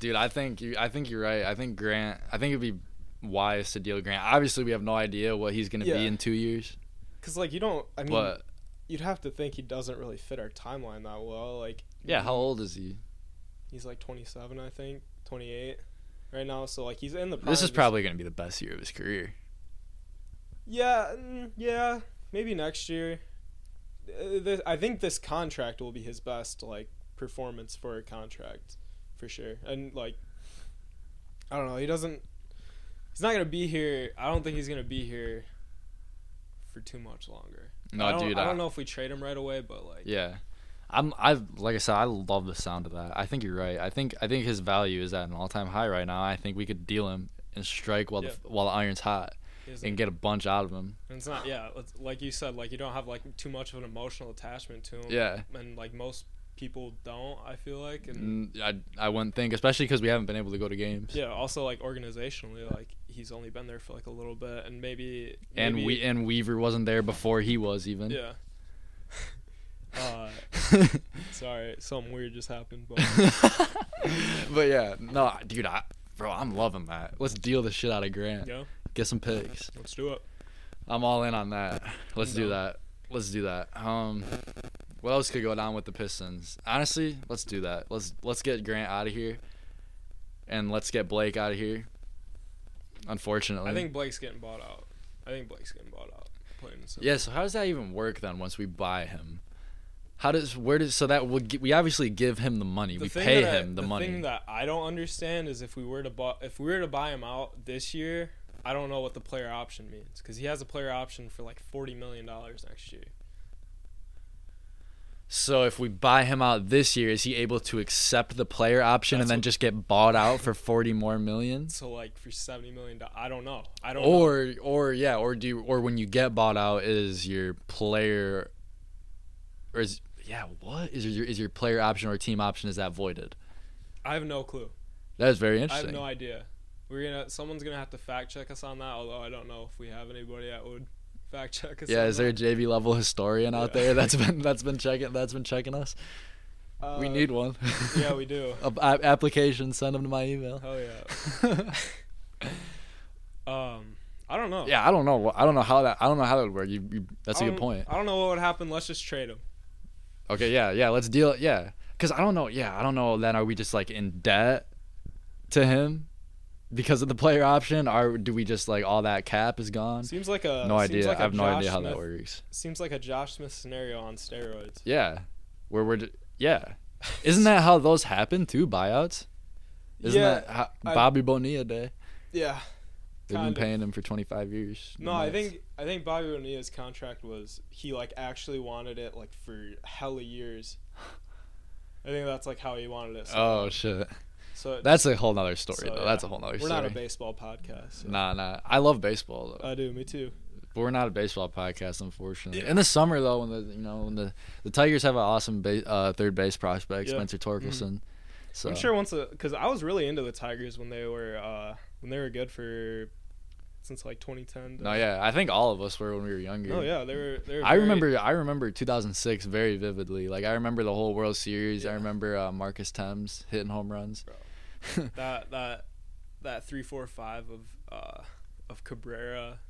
[SPEAKER 2] Dude, I think you. I think you're right. I think Grant. I think it'd be wise to deal Grant. Obviously, we have no idea what he's gonna
[SPEAKER 1] Yeah.
[SPEAKER 2] be in two years,
[SPEAKER 1] because like you don't. I mean,
[SPEAKER 2] but
[SPEAKER 1] you'd have to think he doesn't really fit our timeline that well. Like
[SPEAKER 2] yeah, how old is he?
[SPEAKER 1] he's like 27, I think, 28 right now. So like he's in the. Prime
[SPEAKER 2] This is
[SPEAKER 1] of his-
[SPEAKER 2] probably gonna be the best year of his career.
[SPEAKER 1] Yeah, mm, yeah, maybe next year. Uh, th I think this contract will be his best like performance for a contract, for sure. And like, I don't know, he doesn't. He's not gonna be here. I don't think he's gonna be here for too much longer.
[SPEAKER 2] No,
[SPEAKER 1] I don't,
[SPEAKER 2] dude.
[SPEAKER 1] I don't know if we trade him right away, but like,
[SPEAKER 2] Yeah. I'm I like I said, I love the sound of that. I think you're right. I think I think his value is at an all time high right now. I think we could deal him and strike while
[SPEAKER 1] Yeah.
[SPEAKER 2] the while the iron's hot
[SPEAKER 1] he doesn't-
[SPEAKER 2] and get a bunch out of him.
[SPEAKER 1] and it's not. Yeah, it's- like you said, like you don't have like too much of an emotional attachment to him.
[SPEAKER 2] Yeah.
[SPEAKER 1] and like most people don't. I feel like and.
[SPEAKER 2] Mm, I I wouldn't think, especially because we haven't been able to go to games.
[SPEAKER 1] Yeah, also like organizationally, like he's only been there for like a little bit, and maybe,
[SPEAKER 2] And
[SPEAKER 1] maybe-
[SPEAKER 2] we and Weaver wasn't there before he was even.
[SPEAKER 1] yeah. *laughs* uh, sorry, something weird just happened,
[SPEAKER 2] *laughs*
[SPEAKER 1] but
[SPEAKER 2] *laughs* but yeah, no, dude, I bro, I'm loving that. Let's deal the shit out of Grant.
[SPEAKER 1] yeah,
[SPEAKER 2] Get some picks.
[SPEAKER 1] let's do it.
[SPEAKER 2] I'm all in on that. Let's do
[SPEAKER 1] No.
[SPEAKER 2] that. Let's do that. Um, what else could go down with the Pistons? Honestly, let's do that. Let's let's get Grant out of here, and let's get Blake out of here. Unfortunately,
[SPEAKER 1] I think Blake's getting bought out. I think Blake's getting bought out. Plain and simple.
[SPEAKER 2] Yeah. So how does that even work then? Once we buy him, how does where does so that we'll, gi- we obviously give him the money.
[SPEAKER 1] The
[SPEAKER 2] we
[SPEAKER 1] thing
[SPEAKER 2] pay
[SPEAKER 1] that I-
[SPEAKER 2] him the, money.
[SPEAKER 1] thing that I don't understand is if we were to buy if we were to buy him out this year, I don't know what the player option means because he has a player option for like forty million dollars next year.
[SPEAKER 2] so if we buy him out this year, is he able to accept the player option
[SPEAKER 1] That's
[SPEAKER 2] and then
[SPEAKER 1] what-
[SPEAKER 2] just get bought out for forty more millions?
[SPEAKER 1] So like for seventy million, do- I don't know. I don't. know.
[SPEAKER 2] or or yeah or do you, or when you get bought out is your player or is yeah what is your is your player option or team option is that voided
[SPEAKER 1] I have no clue.
[SPEAKER 2] that is very
[SPEAKER 1] I have
[SPEAKER 2] interesting
[SPEAKER 1] no idea. We're gonna someone's gonna have to fact check us on that. Although I don't know if we have anybody that would fact check us.
[SPEAKER 2] yeah
[SPEAKER 1] on
[SPEAKER 2] is
[SPEAKER 1] *laughs*
[SPEAKER 2] there a jv level historian out
[SPEAKER 1] Yeah.
[SPEAKER 2] there that's been that's been checking that's been checking us
[SPEAKER 1] that.
[SPEAKER 2] we
[SPEAKER 1] Uh,
[SPEAKER 2] need one
[SPEAKER 1] yeah, we do.
[SPEAKER 2] *laughs* A-
[SPEAKER 1] *laughs*
[SPEAKER 2] a- application send them to my email
[SPEAKER 1] Hell yeah. Um, I don't know.
[SPEAKER 2] *laughs* Yeah, I don't know. what- I don't know how that. I don't know how that would work. You, you that's
[SPEAKER 1] I
[SPEAKER 2] a good
[SPEAKER 1] don't-
[SPEAKER 2] point.
[SPEAKER 1] I don't know what would happen. Let's just trade him.
[SPEAKER 2] Okay, yeah, yeah. Let's deal. Yeah, because I don't know. Yeah, I don't know. Then are we just like in debt to him because of the player option? Or do we just like all that cap is gone?
[SPEAKER 1] Seems like a
[SPEAKER 2] No
[SPEAKER 1] uh, seems
[SPEAKER 2] idea.
[SPEAKER 1] Like a
[SPEAKER 2] I have no
[SPEAKER 1] Josh
[SPEAKER 2] idea how
[SPEAKER 1] Smith,
[SPEAKER 2] that works.
[SPEAKER 1] Seems like a Josh Smith scenario on steroids.
[SPEAKER 2] Yeah, where we're. d-
[SPEAKER 1] *laughs*
[SPEAKER 2] Yeah, isn't that how those happen too? Buyouts. Isn't
[SPEAKER 1] Yeah,
[SPEAKER 2] that how,
[SPEAKER 1] I-
[SPEAKER 2] Bobby Bonilla day?
[SPEAKER 1] Yeah.
[SPEAKER 2] They've
[SPEAKER 1] kind
[SPEAKER 2] been
[SPEAKER 1] of.
[SPEAKER 2] paying him for 25 years.
[SPEAKER 1] No, I
[SPEAKER 2] Nuts.
[SPEAKER 1] think I think Bobby Bonilla's contract was he like actually wanted it like for hella years. I think that's like how he wanted it. So,
[SPEAKER 2] Oh shit,
[SPEAKER 1] so
[SPEAKER 2] that's a whole nother story
[SPEAKER 1] so,
[SPEAKER 2] though.
[SPEAKER 1] yeah.
[SPEAKER 2] That's a whole nother
[SPEAKER 1] we're
[SPEAKER 2] story.
[SPEAKER 1] not a baseball podcast. so-
[SPEAKER 2] nah, nah. I love baseball though.
[SPEAKER 1] I do, me too.
[SPEAKER 2] But we're not a baseball podcast, unfortunately.
[SPEAKER 1] Yeah.
[SPEAKER 2] In the summer, though, when the you know when the, the Tigers have an awesome ba- uh, third base prospect,
[SPEAKER 1] Yeah.
[SPEAKER 2] Spencer Torkelson. So
[SPEAKER 1] I'm sure once because I was really into the Tigers when they were uh when they were good for since like 2010. to-
[SPEAKER 2] no, yeah, I think all of us were when we were younger.
[SPEAKER 1] No, Oh, yeah, they were. They were
[SPEAKER 2] I
[SPEAKER 1] very-
[SPEAKER 2] remember, I remember 2006 very vividly. Like I remember the whole World Series. I
[SPEAKER 1] Yeah.
[SPEAKER 2] remember uh, Marcus Thames hitting home runs. *laughs*
[SPEAKER 1] that that that three four five of uh of Cabrera,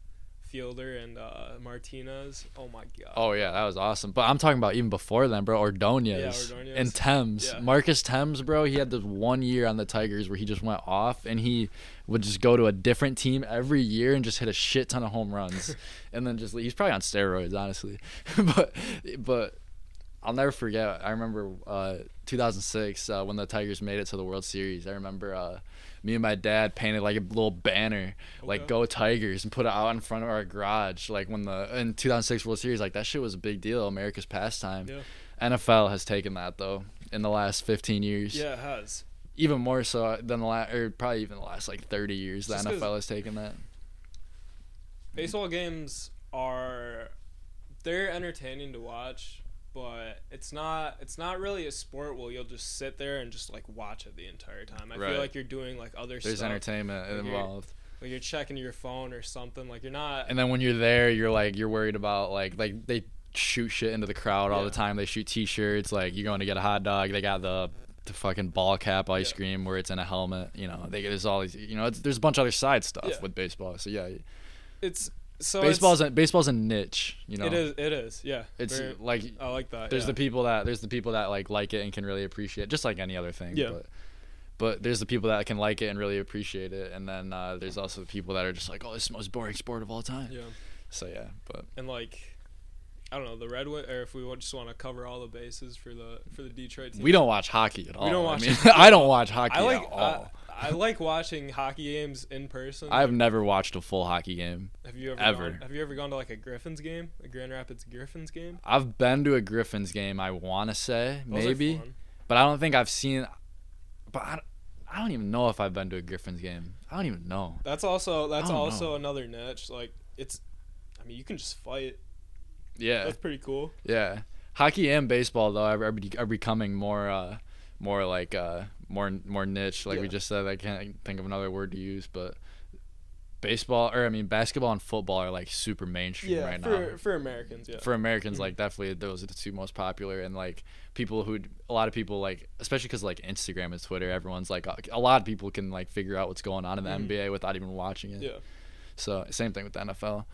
[SPEAKER 1] Fielder, and uh Martinez. Oh my god.
[SPEAKER 2] Oh yeah, that was awesome. But I'm talking about even before then, bro. Ordonez,
[SPEAKER 1] Yeah, Ordonez.
[SPEAKER 2] and Thames.
[SPEAKER 1] Yeah.
[SPEAKER 2] Marcus Thames, bro. He had this one year on the Tigers where he just went off and he would just go to a different team every year and just hit a shit ton of
[SPEAKER 1] *laughs*
[SPEAKER 2] home runs, and then just he's probably on steroids, honestly. *laughs* but but I'll never forget. I remember uh, 2006 uh, when the Tigers made it to the World Series. I remember uh, me and my dad painted like a little banner, like
[SPEAKER 1] Okay.
[SPEAKER 2] "Go Tigers," and put it out in front of our garage. Like when the in 2006 World Series, like that shit was a big deal, America's pastime.
[SPEAKER 1] Yeah.
[SPEAKER 2] NFL has taken that though in the last 15 years,
[SPEAKER 1] Yeah, it has.
[SPEAKER 2] even more so uh, than the last, or probably even the last like 30 years. The
[SPEAKER 1] Just 'cause-
[SPEAKER 2] NFL has taken that.
[SPEAKER 1] Baseball games are they're entertaining to watch, but it's not it's not really a sport where you'll just sit there and just like watch it the entire time. I
[SPEAKER 2] Right.
[SPEAKER 1] feel like you're doing like other
[SPEAKER 2] There's
[SPEAKER 1] stuff.
[SPEAKER 2] entertainment
[SPEAKER 1] Like, you're-
[SPEAKER 2] involved.
[SPEAKER 1] Like you're checking your phone or something. Like you're not
[SPEAKER 2] and then when you're there you're like you're worried about like like they shoot shit into the crowd all
[SPEAKER 1] Yeah.
[SPEAKER 2] the time they shoot t-shirts like you're going to get a hot dog they got the the fucking ball cap ice
[SPEAKER 1] Yeah.
[SPEAKER 2] cream where it's in a helmet you know they there's all these you know it's, there's a bunch of other side stuff
[SPEAKER 1] Yeah.
[SPEAKER 2] with baseball so yeah
[SPEAKER 1] it's so it's-
[SPEAKER 2] baseball's a, baseball's a niche you know
[SPEAKER 1] it is it is, yeah.
[SPEAKER 2] it's
[SPEAKER 1] Very-
[SPEAKER 2] like
[SPEAKER 1] I like that.
[SPEAKER 2] there's
[SPEAKER 1] yeah.
[SPEAKER 2] the people that there's the people that like like it and can really appreciate it, just like any other thing
[SPEAKER 1] Yeah.
[SPEAKER 2] but but there's the people that can like it and really appreciate it and then uh, there's also the people that are just like oh it's the most boring sport of all time
[SPEAKER 1] Yeah.
[SPEAKER 2] so yeah but
[SPEAKER 1] and like I don't know the Red Wing, or if we wa- just want to cover all the bases for the for the Detroit team.
[SPEAKER 2] We don't watch hockey at all.
[SPEAKER 1] don't watch
[SPEAKER 2] I, mean,
[SPEAKER 1] hockey
[SPEAKER 2] *laughs* I don't watch hockey
[SPEAKER 1] I like uh,
[SPEAKER 2] at
[SPEAKER 1] I,
[SPEAKER 2] all.
[SPEAKER 1] I like watching hockey games in person.
[SPEAKER 2] I have never watched a full hockey game.
[SPEAKER 1] have you ever,
[SPEAKER 2] ever.
[SPEAKER 1] Gone, have you ever gone to like a Griffins game, a Grand Rapids Griffins game?
[SPEAKER 2] I've been to a Griffins game. I want to say
[SPEAKER 1] Those are
[SPEAKER 2] maybe,
[SPEAKER 1] fun.
[SPEAKER 2] but I don't think I've seen. But I, I don't even know if I've been to a Griffins game. I don't even know.
[SPEAKER 1] That's also that's
[SPEAKER 2] don't
[SPEAKER 1] also
[SPEAKER 2] know.
[SPEAKER 1] another niche. Like it's, I mean you can just fight.
[SPEAKER 2] Yeah,
[SPEAKER 1] That's pretty cool.
[SPEAKER 2] yeah. Hockey and baseball though are, are, are becoming more, uh, more like uh, more more niche. Like we
[SPEAKER 1] Yeah.
[SPEAKER 2] just said, I can't think of another word to use, but baseball or I mean basketball and football are like super mainstream
[SPEAKER 1] Yeah,
[SPEAKER 2] right now.
[SPEAKER 1] for for Americans, yeah. Mm-hmm.
[SPEAKER 2] for Americans, like definitely those are the two most popular, and like people who a lot of people like, especially because like Instagram and Twitter, everyone's like uh, a lot of people can like figure out what's going on in the
[SPEAKER 1] Mhm.
[SPEAKER 2] NBA without even watching it.
[SPEAKER 1] Yeah.
[SPEAKER 2] So same thing with the NFL.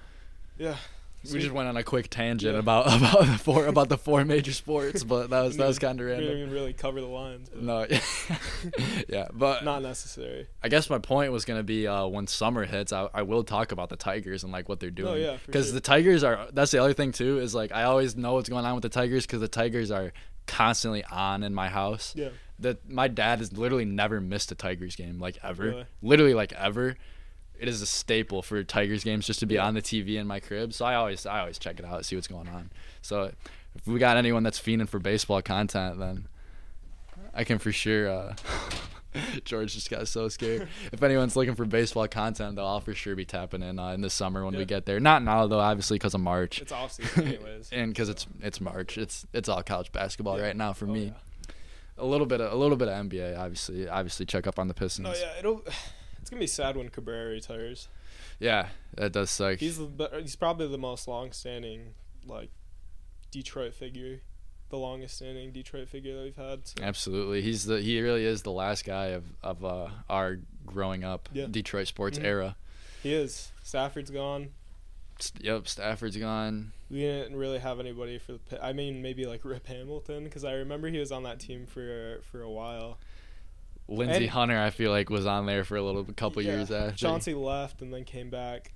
[SPEAKER 1] yeah.
[SPEAKER 2] We just went on a quick tangent
[SPEAKER 1] Yeah.
[SPEAKER 2] about *laughs* about the four about the four major sports, but that was
[SPEAKER 1] *laughs*
[SPEAKER 2] that was
[SPEAKER 1] We
[SPEAKER 2] kind of
[SPEAKER 1] didn't
[SPEAKER 2] random.
[SPEAKER 1] even really cover the lines. But
[SPEAKER 2] No, *laughs*
[SPEAKER 1] *laughs*
[SPEAKER 2] yeah, but
[SPEAKER 1] Not necessary.
[SPEAKER 2] I guess my point was gonna be uh, when summer hits, I, I will talk about the Tigers and like what they're doing.
[SPEAKER 1] Oh, yeah, for
[SPEAKER 2] because
[SPEAKER 1] sure.
[SPEAKER 2] the Tigers are that's the other thing too is like I always know what's going on with the Tigers because the Tigers are constantly on in my house.
[SPEAKER 1] Yeah.
[SPEAKER 2] That my dad has literally never missed a Tigers game like ever,
[SPEAKER 1] Really?
[SPEAKER 2] literally like ever. It is a staple for Tigers games just to be on the TV in my crib. So I always I always check it out, see what's going on. So if we got anyone that's fiending for baseball content, then I can for sure. Uh, *laughs* George just got
[SPEAKER 1] *laughs*
[SPEAKER 2] so scared. if anyone's looking for baseball content, though, I'll for sure be tapping in uh, in the summer when we
[SPEAKER 1] Yeah.
[SPEAKER 2] get there. Not now though, obviously, because of March
[SPEAKER 1] It's off
[SPEAKER 2] *laughs*
[SPEAKER 1] season anyways.
[SPEAKER 2] and because it's it's March. It's it's all college basketball
[SPEAKER 1] Yeah.
[SPEAKER 2] right now for
[SPEAKER 1] Oh,
[SPEAKER 2] me.
[SPEAKER 1] yeah.
[SPEAKER 2] A little bit of a little bit of NBA, obviously. Obviously, check up on the Pistons.
[SPEAKER 1] No, Oh, yeah, it'll. It's gonna be sad when Cabrera retires.
[SPEAKER 2] Yeah, that does suck.
[SPEAKER 1] He's the be- he's probably the most long-standing like Detroit figure, the longest-standing Detroit figure that we've had. So.
[SPEAKER 2] Absolutely, he's the he really is the last guy of of uh, our growing up
[SPEAKER 1] Yeah.
[SPEAKER 2] Detroit sports
[SPEAKER 1] Mhm.
[SPEAKER 2] era.
[SPEAKER 1] He is. Stafford's gone.
[SPEAKER 2] S- Yep, Stafford's gone.
[SPEAKER 1] We didn't really have anybody for the. Pi- I mean, maybe like *laughs* Rip Hamilton because I remember he was on that team for for a while.
[SPEAKER 2] Lindsey
[SPEAKER 1] And-
[SPEAKER 2] Hunter, I feel like, was on there for a little couple
[SPEAKER 1] Yeah.
[SPEAKER 2] years after.
[SPEAKER 1] Chauncey left and then came back.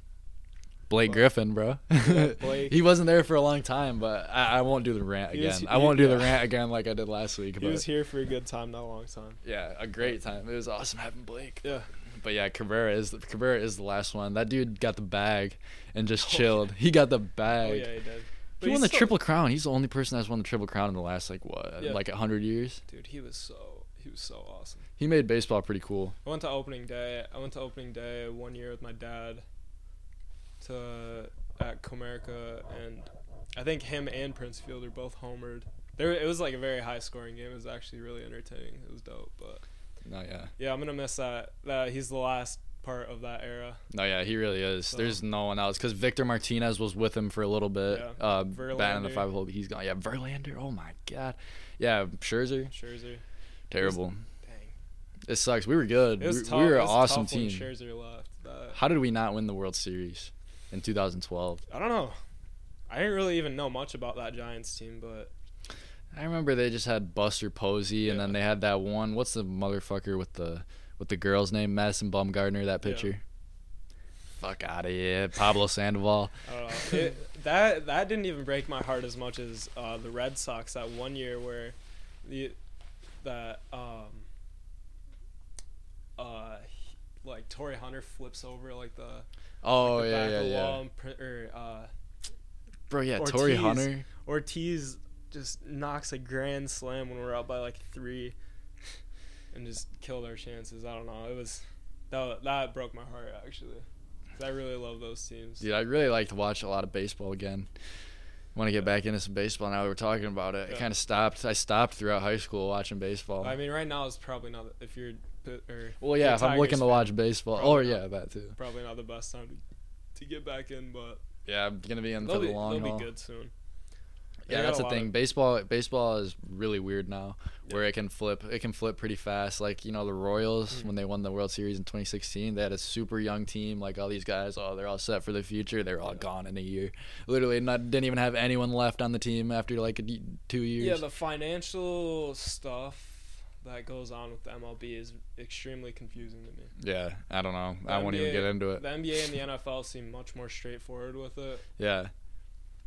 [SPEAKER 2] Blake Griffin, bro. *laughs*
[SPEAKER 1] Yeah, Blake.
[SPEAKER 2] he wasn't there for a long time, but I, I won't do the rant
[SPEAKER 1] He
[SPEAKER 2] again.
[SPEAKER 1] was-
[SPEAKER 2] I won't do the
[SPEAKER 1] yeah.
[SPEAKER 2] rant again like I did last week.
[SPEAKER 1] He
[SPEAKER 2] But
[SPEAKER 1] was here for a good time, not a long time.
[SPEAKER 2] yeah, a great time. It was awesome having Blake.
[SPEAKER 1] Yeah.
[SPEAKER 2] But yeah, Cabrera is the, Cabrera is the last one. That dude got the bag and just
[SPEAKER 1] Oh, yeah.
[SPEAKER 2] chilled. He got the
[SPEAKER 1] Oh
[SPEAKER 2] bag.
[SPEAKER 1] yeah, he did. But
[SPEAKER 2] He won
[SPEAKER 1] he's
[SPEAKER 2] the
[SPEAKER 1] still-
[SPEAKER 2] triple crown. He's the only person that's won the triple crown in the last like what,
[SPEAKER 1] Yeah.
[SPEAKER 2] like hundred years.
[SPEAKER 1] Dude, he was so he was so awesome.
[SPEAKER 2] He made baseball pretty cool.
[SPEAKER 1] I went to opening day. I went to opening day one year with my dad to at Comerica, and I think him and Prince Field are both homered. There, it was like a very high scoring game. It was actually really entertaining. It was dope, but
[SPEAKER 2] No, yeah,
[SPEAKER 1] yeah, I'm gonna miss that. That he's the last part of that era.
[SPEAKER 2] no, yeah. He really is.
[SPEAKER 1] So-
[SPEAKER 2] There's no one else because Victor Martinez was with him for a little bit.
[SPEAKER 1] Yeah.
[SPEAKER 2] Uh, batting in the
[SPEAKER 1] Verlander.
[SPEAKER 2] five hole. He's gone. Yeah, Verlander. Oh my god. Yeah, Scherzer.
[SPEAKER 1] Scherzer,
[SPEAKER 2] Terrible.
[SPEAKER 1] dang,
[SPEAKER 2] It sucks. We were good.
[SPEAKER 1] it was
[SPEAKER 2] we,
[SPEAKER 1] tough.
[SPEAKER 2] we were
[SPEAKER 1] it
[SPEAKER 2] an
[SPEAKER 1] was
[SPEAKER 2] awesome
[SPEAKER 1] tough when
[SPEAKER 2] team.
[SPEAKER 1] Scherzer left. That-
[SPEAKER 2] How did we not win the World Series in 2012?
[SPEAKER 1] I don't know. I didn't really even know much about that Giants team, but
[SPEAKER 2] I remember they just had Buster Posey, and
[SPEAKER 1] Yeah.
[SPEAKER 2] then they had that one. What's the motherfucker with the with the girl's name? Madison Bumgarner. That
[SPEAKER 1] Yeah.
[SPEAKER 2] pitcher. Fuck out of here,
[SPEAKER 1] *laughs*
[SPEAKER 2] Pablo Sandoval.
[SPEAKER 1] I don't know. Uh, It, that that didn't even break my heart as much as uh, the Red Sox that one year where the that um uh he- like Torrey Hunter flips over like the,
[SPEAKER 2] Oh
[SPEAKER 1] the
[SPEAKER 2] yeah,
[SPEAKER 1] back
[SPEAKER 2] yeah,
[SPEAKER 1] of the
[SPEAKER 2] yeah.
[SPEAKER 1] wall and pr- or uh,
[SPEAKER 2] Bro, yeah, Tori
[SPEAKER 1] Ortiz.
[SPEAKER 2] Hunter.
[SPEAKER 1] Ortiz just knocks a grand slam when we're out by like three and just killed our chances. I don't know. It was that that broke my heart actually. 'Cause I really love those teams.
[SPEAKER 2] Dude, I really like to watch a lot of baseball again. Want to get back into some baseball now? that We're talking about it. I
[SPEAKER 1] Yeah.
[SPEAKER 2] kind of stopped. I stopped throughout high school watching baseball.
[SPEAKER 1] I mean, right now it's probably not if you're or
[SPEAKER 2] well,
[SPEAKER 1] you're
[SPEAKER 2] yeah,
[SPEAKER 1] a
[SPEAKER 2] if I'm
[SPEAKER 1] Tigers
[SPEAKER 2] looking to
[SPEAKER 1] fan.
[SPEAKER 2] watch baseball,
[SPEAKER 1] Probably
[SPEAKER 2] or
[SPEAKER 1] not.
[SPEAKER 2] yeah, that too.
[SPEAKER 1] probably not the best time to, to get back in, but
[SPEAKER 2] Yeah, I'm gonna be in for
[SPEAKER 1] they'll,
[SPEAKER 2] the
[SPEAKER 1] be,
[SPEAKER 2] long
[SPEAKER 1] they'll
[SPEAKER 2] haul.
[SPEAKER 1] be good soon. They
[SPEAKER 2] Yeah,
[SPEAKER 1] got
[SPEAKER 2] that's
[SPEAKER 1] a
[SPEAKER 2] the
[SPEAKER 1] lot of-
[SPEAKER 2] thing. Baseball, baseball is really weird now, where it can flip. It can flip pretty fast. Like you know, the Royals
[SPEAKER 1] Mhm.
[SPEAKER 2] when they won the World Series in 2016, they had a super young team. Like all these guys, oh, they're all set for the future. They're all
[SPEAKER 1] Yeah.
[SPEAKER 2] gone in a year. Literally, not didn't even have anyone left on the team after like a d- two years.
[SPEAKER 1] Yeah, the financial stuff that goes on with the MLB is extremely confusing to me.
[SPEAKER 2] Yeah, I don't know.
[SPEAKER 1] The
[SPEAKER 2] I won't even
[SPEAKER 1] NBA
[SPEAKER 2] get into it.
[SPEAKER 1] The NBA and the NFL seem much more straightforward with it,
[SPEAKER 2] yeah,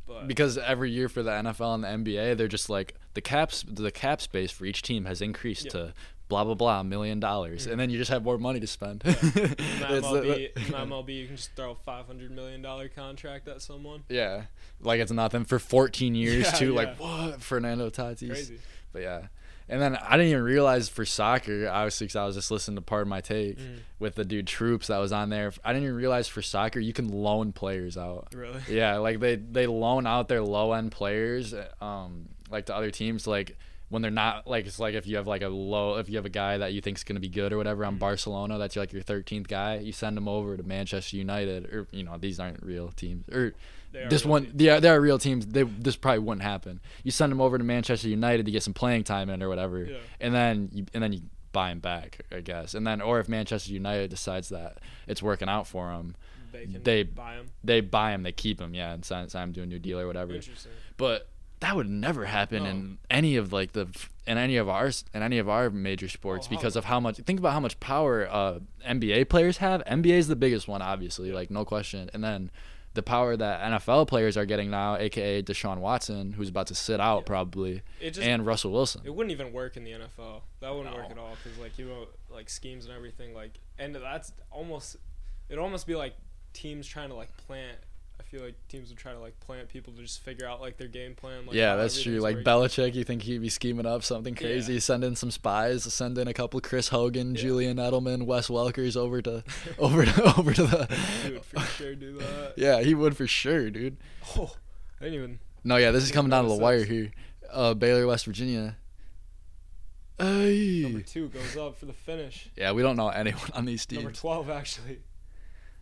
[SPEAKER 1] but
[SPEAKER 2] because every year for the NFL and the NBA, they're just like the caps. The cap space for each team has increased
[SPEAKER 1] Yeah.
[SPEAKER 2] to blah blah blah million dollars,
[SPEAKER 1] Mhm.
[SPEAKER 2] and then you just have more money to spend. *laughs*
[SPEAKER 1] in the
[SPEAKER 2] It's uh, the-
[SPEAKER 1] MLB, in the MLB, you can just throw a five hundred million dollar contract at someone.
[SPEAKER 2] *laughs* yeah, like it's nothing for 14 years
[SPEAKER 1] Yeah,
[SPEAKER 2] too.
[SPEAKER 1] yeah.
[SPEAKER 2] Like what, Fernando Tatis?
[SPEAKER 1] Crazy.
[SPEAKER 2] But yeah, and then I didn't even realize for soccer, obviously, because I was just listening to part of my take
[SPEAKER 1] Mhm.
[SPEAKER 2] with the dude Troops that was on there. I didn't even realize for soccer you can loan players out. *laughs*
[SPEAKER 1] Really. *laughs*
[SPEAKER 2] Yeah, like they they loan out their low end players, um, like to other teams, like when they're not like it's like if you have like a low if you have a guy that you think's gonna be good or whatever
[SPEAKER 1] Mm-hmm.
[SPEAKER 2] on Barcelona, that's like your thirteenth guy, you send him over to Manchester United or you know these aren't real teams or
[SPEAKER 1] They are
[SPEAKER 2] this
[SPEAKER 1] real
[SPEAKER 2] one
[SPEAKER 1] teams.
[SPEAKER 2] yeah they are real teams they this probably wouldn't happen. You send him over to Manchester United to get some playing time in or whatever,
[SPEAKER 1] Yeah.
[SPEAKER 2] and then you, and then you buy him back I guess, and then or if Manchester United decides that it's working out for him,
[SPEAKER 1] They can
[SPEAKER 2] they-
[SPEAKER 1] buy them.
[SPEAKER 2] they buy him, they keep him, yeah, and sign, sign him to a new deal or whatever.
[SPEAKER 1] Interesting.
[SPEAKER 2] But that would never happen in any of like the in any of ours in any of our major sports
[SPEAKER 1] Oh, how-
[SPEAKER 2] because of how much think about how much power uh, NBA players have. NBA is the biggest one, obviously, like no question. And then the power that NFL players are getting now, aka Deshaun Watson, who's about to sit out probably,
[SPEAKER 1] It just
[SPEAKER 2] and Russell Wilson.
[SPEAKER 1] It wouldn't even work in the NFL. That wouldn't work
[SPEAKER 2] No.
[SPEAKER 1] at all because like you know, like schemes and everything. Like, and that's almost it'd almost be like teams trying to like plant. I feel like teams would try to like plant people to just figure out like their game plan. Like,
[SPEAKER 2] yeah,
[SPEAKER 1] how
[SPEAKER 2] that's true.
[SPEAKER 1] everything's
[SPEAKER 2] Like
[SPEAKER 1] working.
[SPEAKER 2] Belichick, you think he'd be scheming up something crazy? Send in some spies. Send in a couple Chris Hogan,
[SPEAKER 1] Yeah.
[SPEAKER 2] Julian Edelman, Wes Welkers over
[SPEAKER 1] *laughs*
[SPEAKER 2] to, *laughs* over to, over to the.
[SPEAKER 1] Dude, for sure do that.
[SPEAKER 2] *laughs* Yeah, he would for sure, dude.
[SPEAKER 1] *laughs* Oh, I didn't even.
[SPEAKER 2] No, yeah, this is
[SPEAKER 1] Makes
[SPEAKER 2] coming down to the
[SPEAKER 1] total
[SPEAKER 2] wire
[SPEAKER 1] sense.
[SPEAKER 2] here. Uh, Baylor, West Virginia.
[SPEAKER 1] Number
[SPEAKER 2] Ay.
[SPEAKER 1] two goes up for the finish.
[SPEAKER 2] Yeah, we don't know anyone on these
[SPEAKER 1] Number
[SPEAKER 2] teams.
[SPEAKER 1] twelve actually.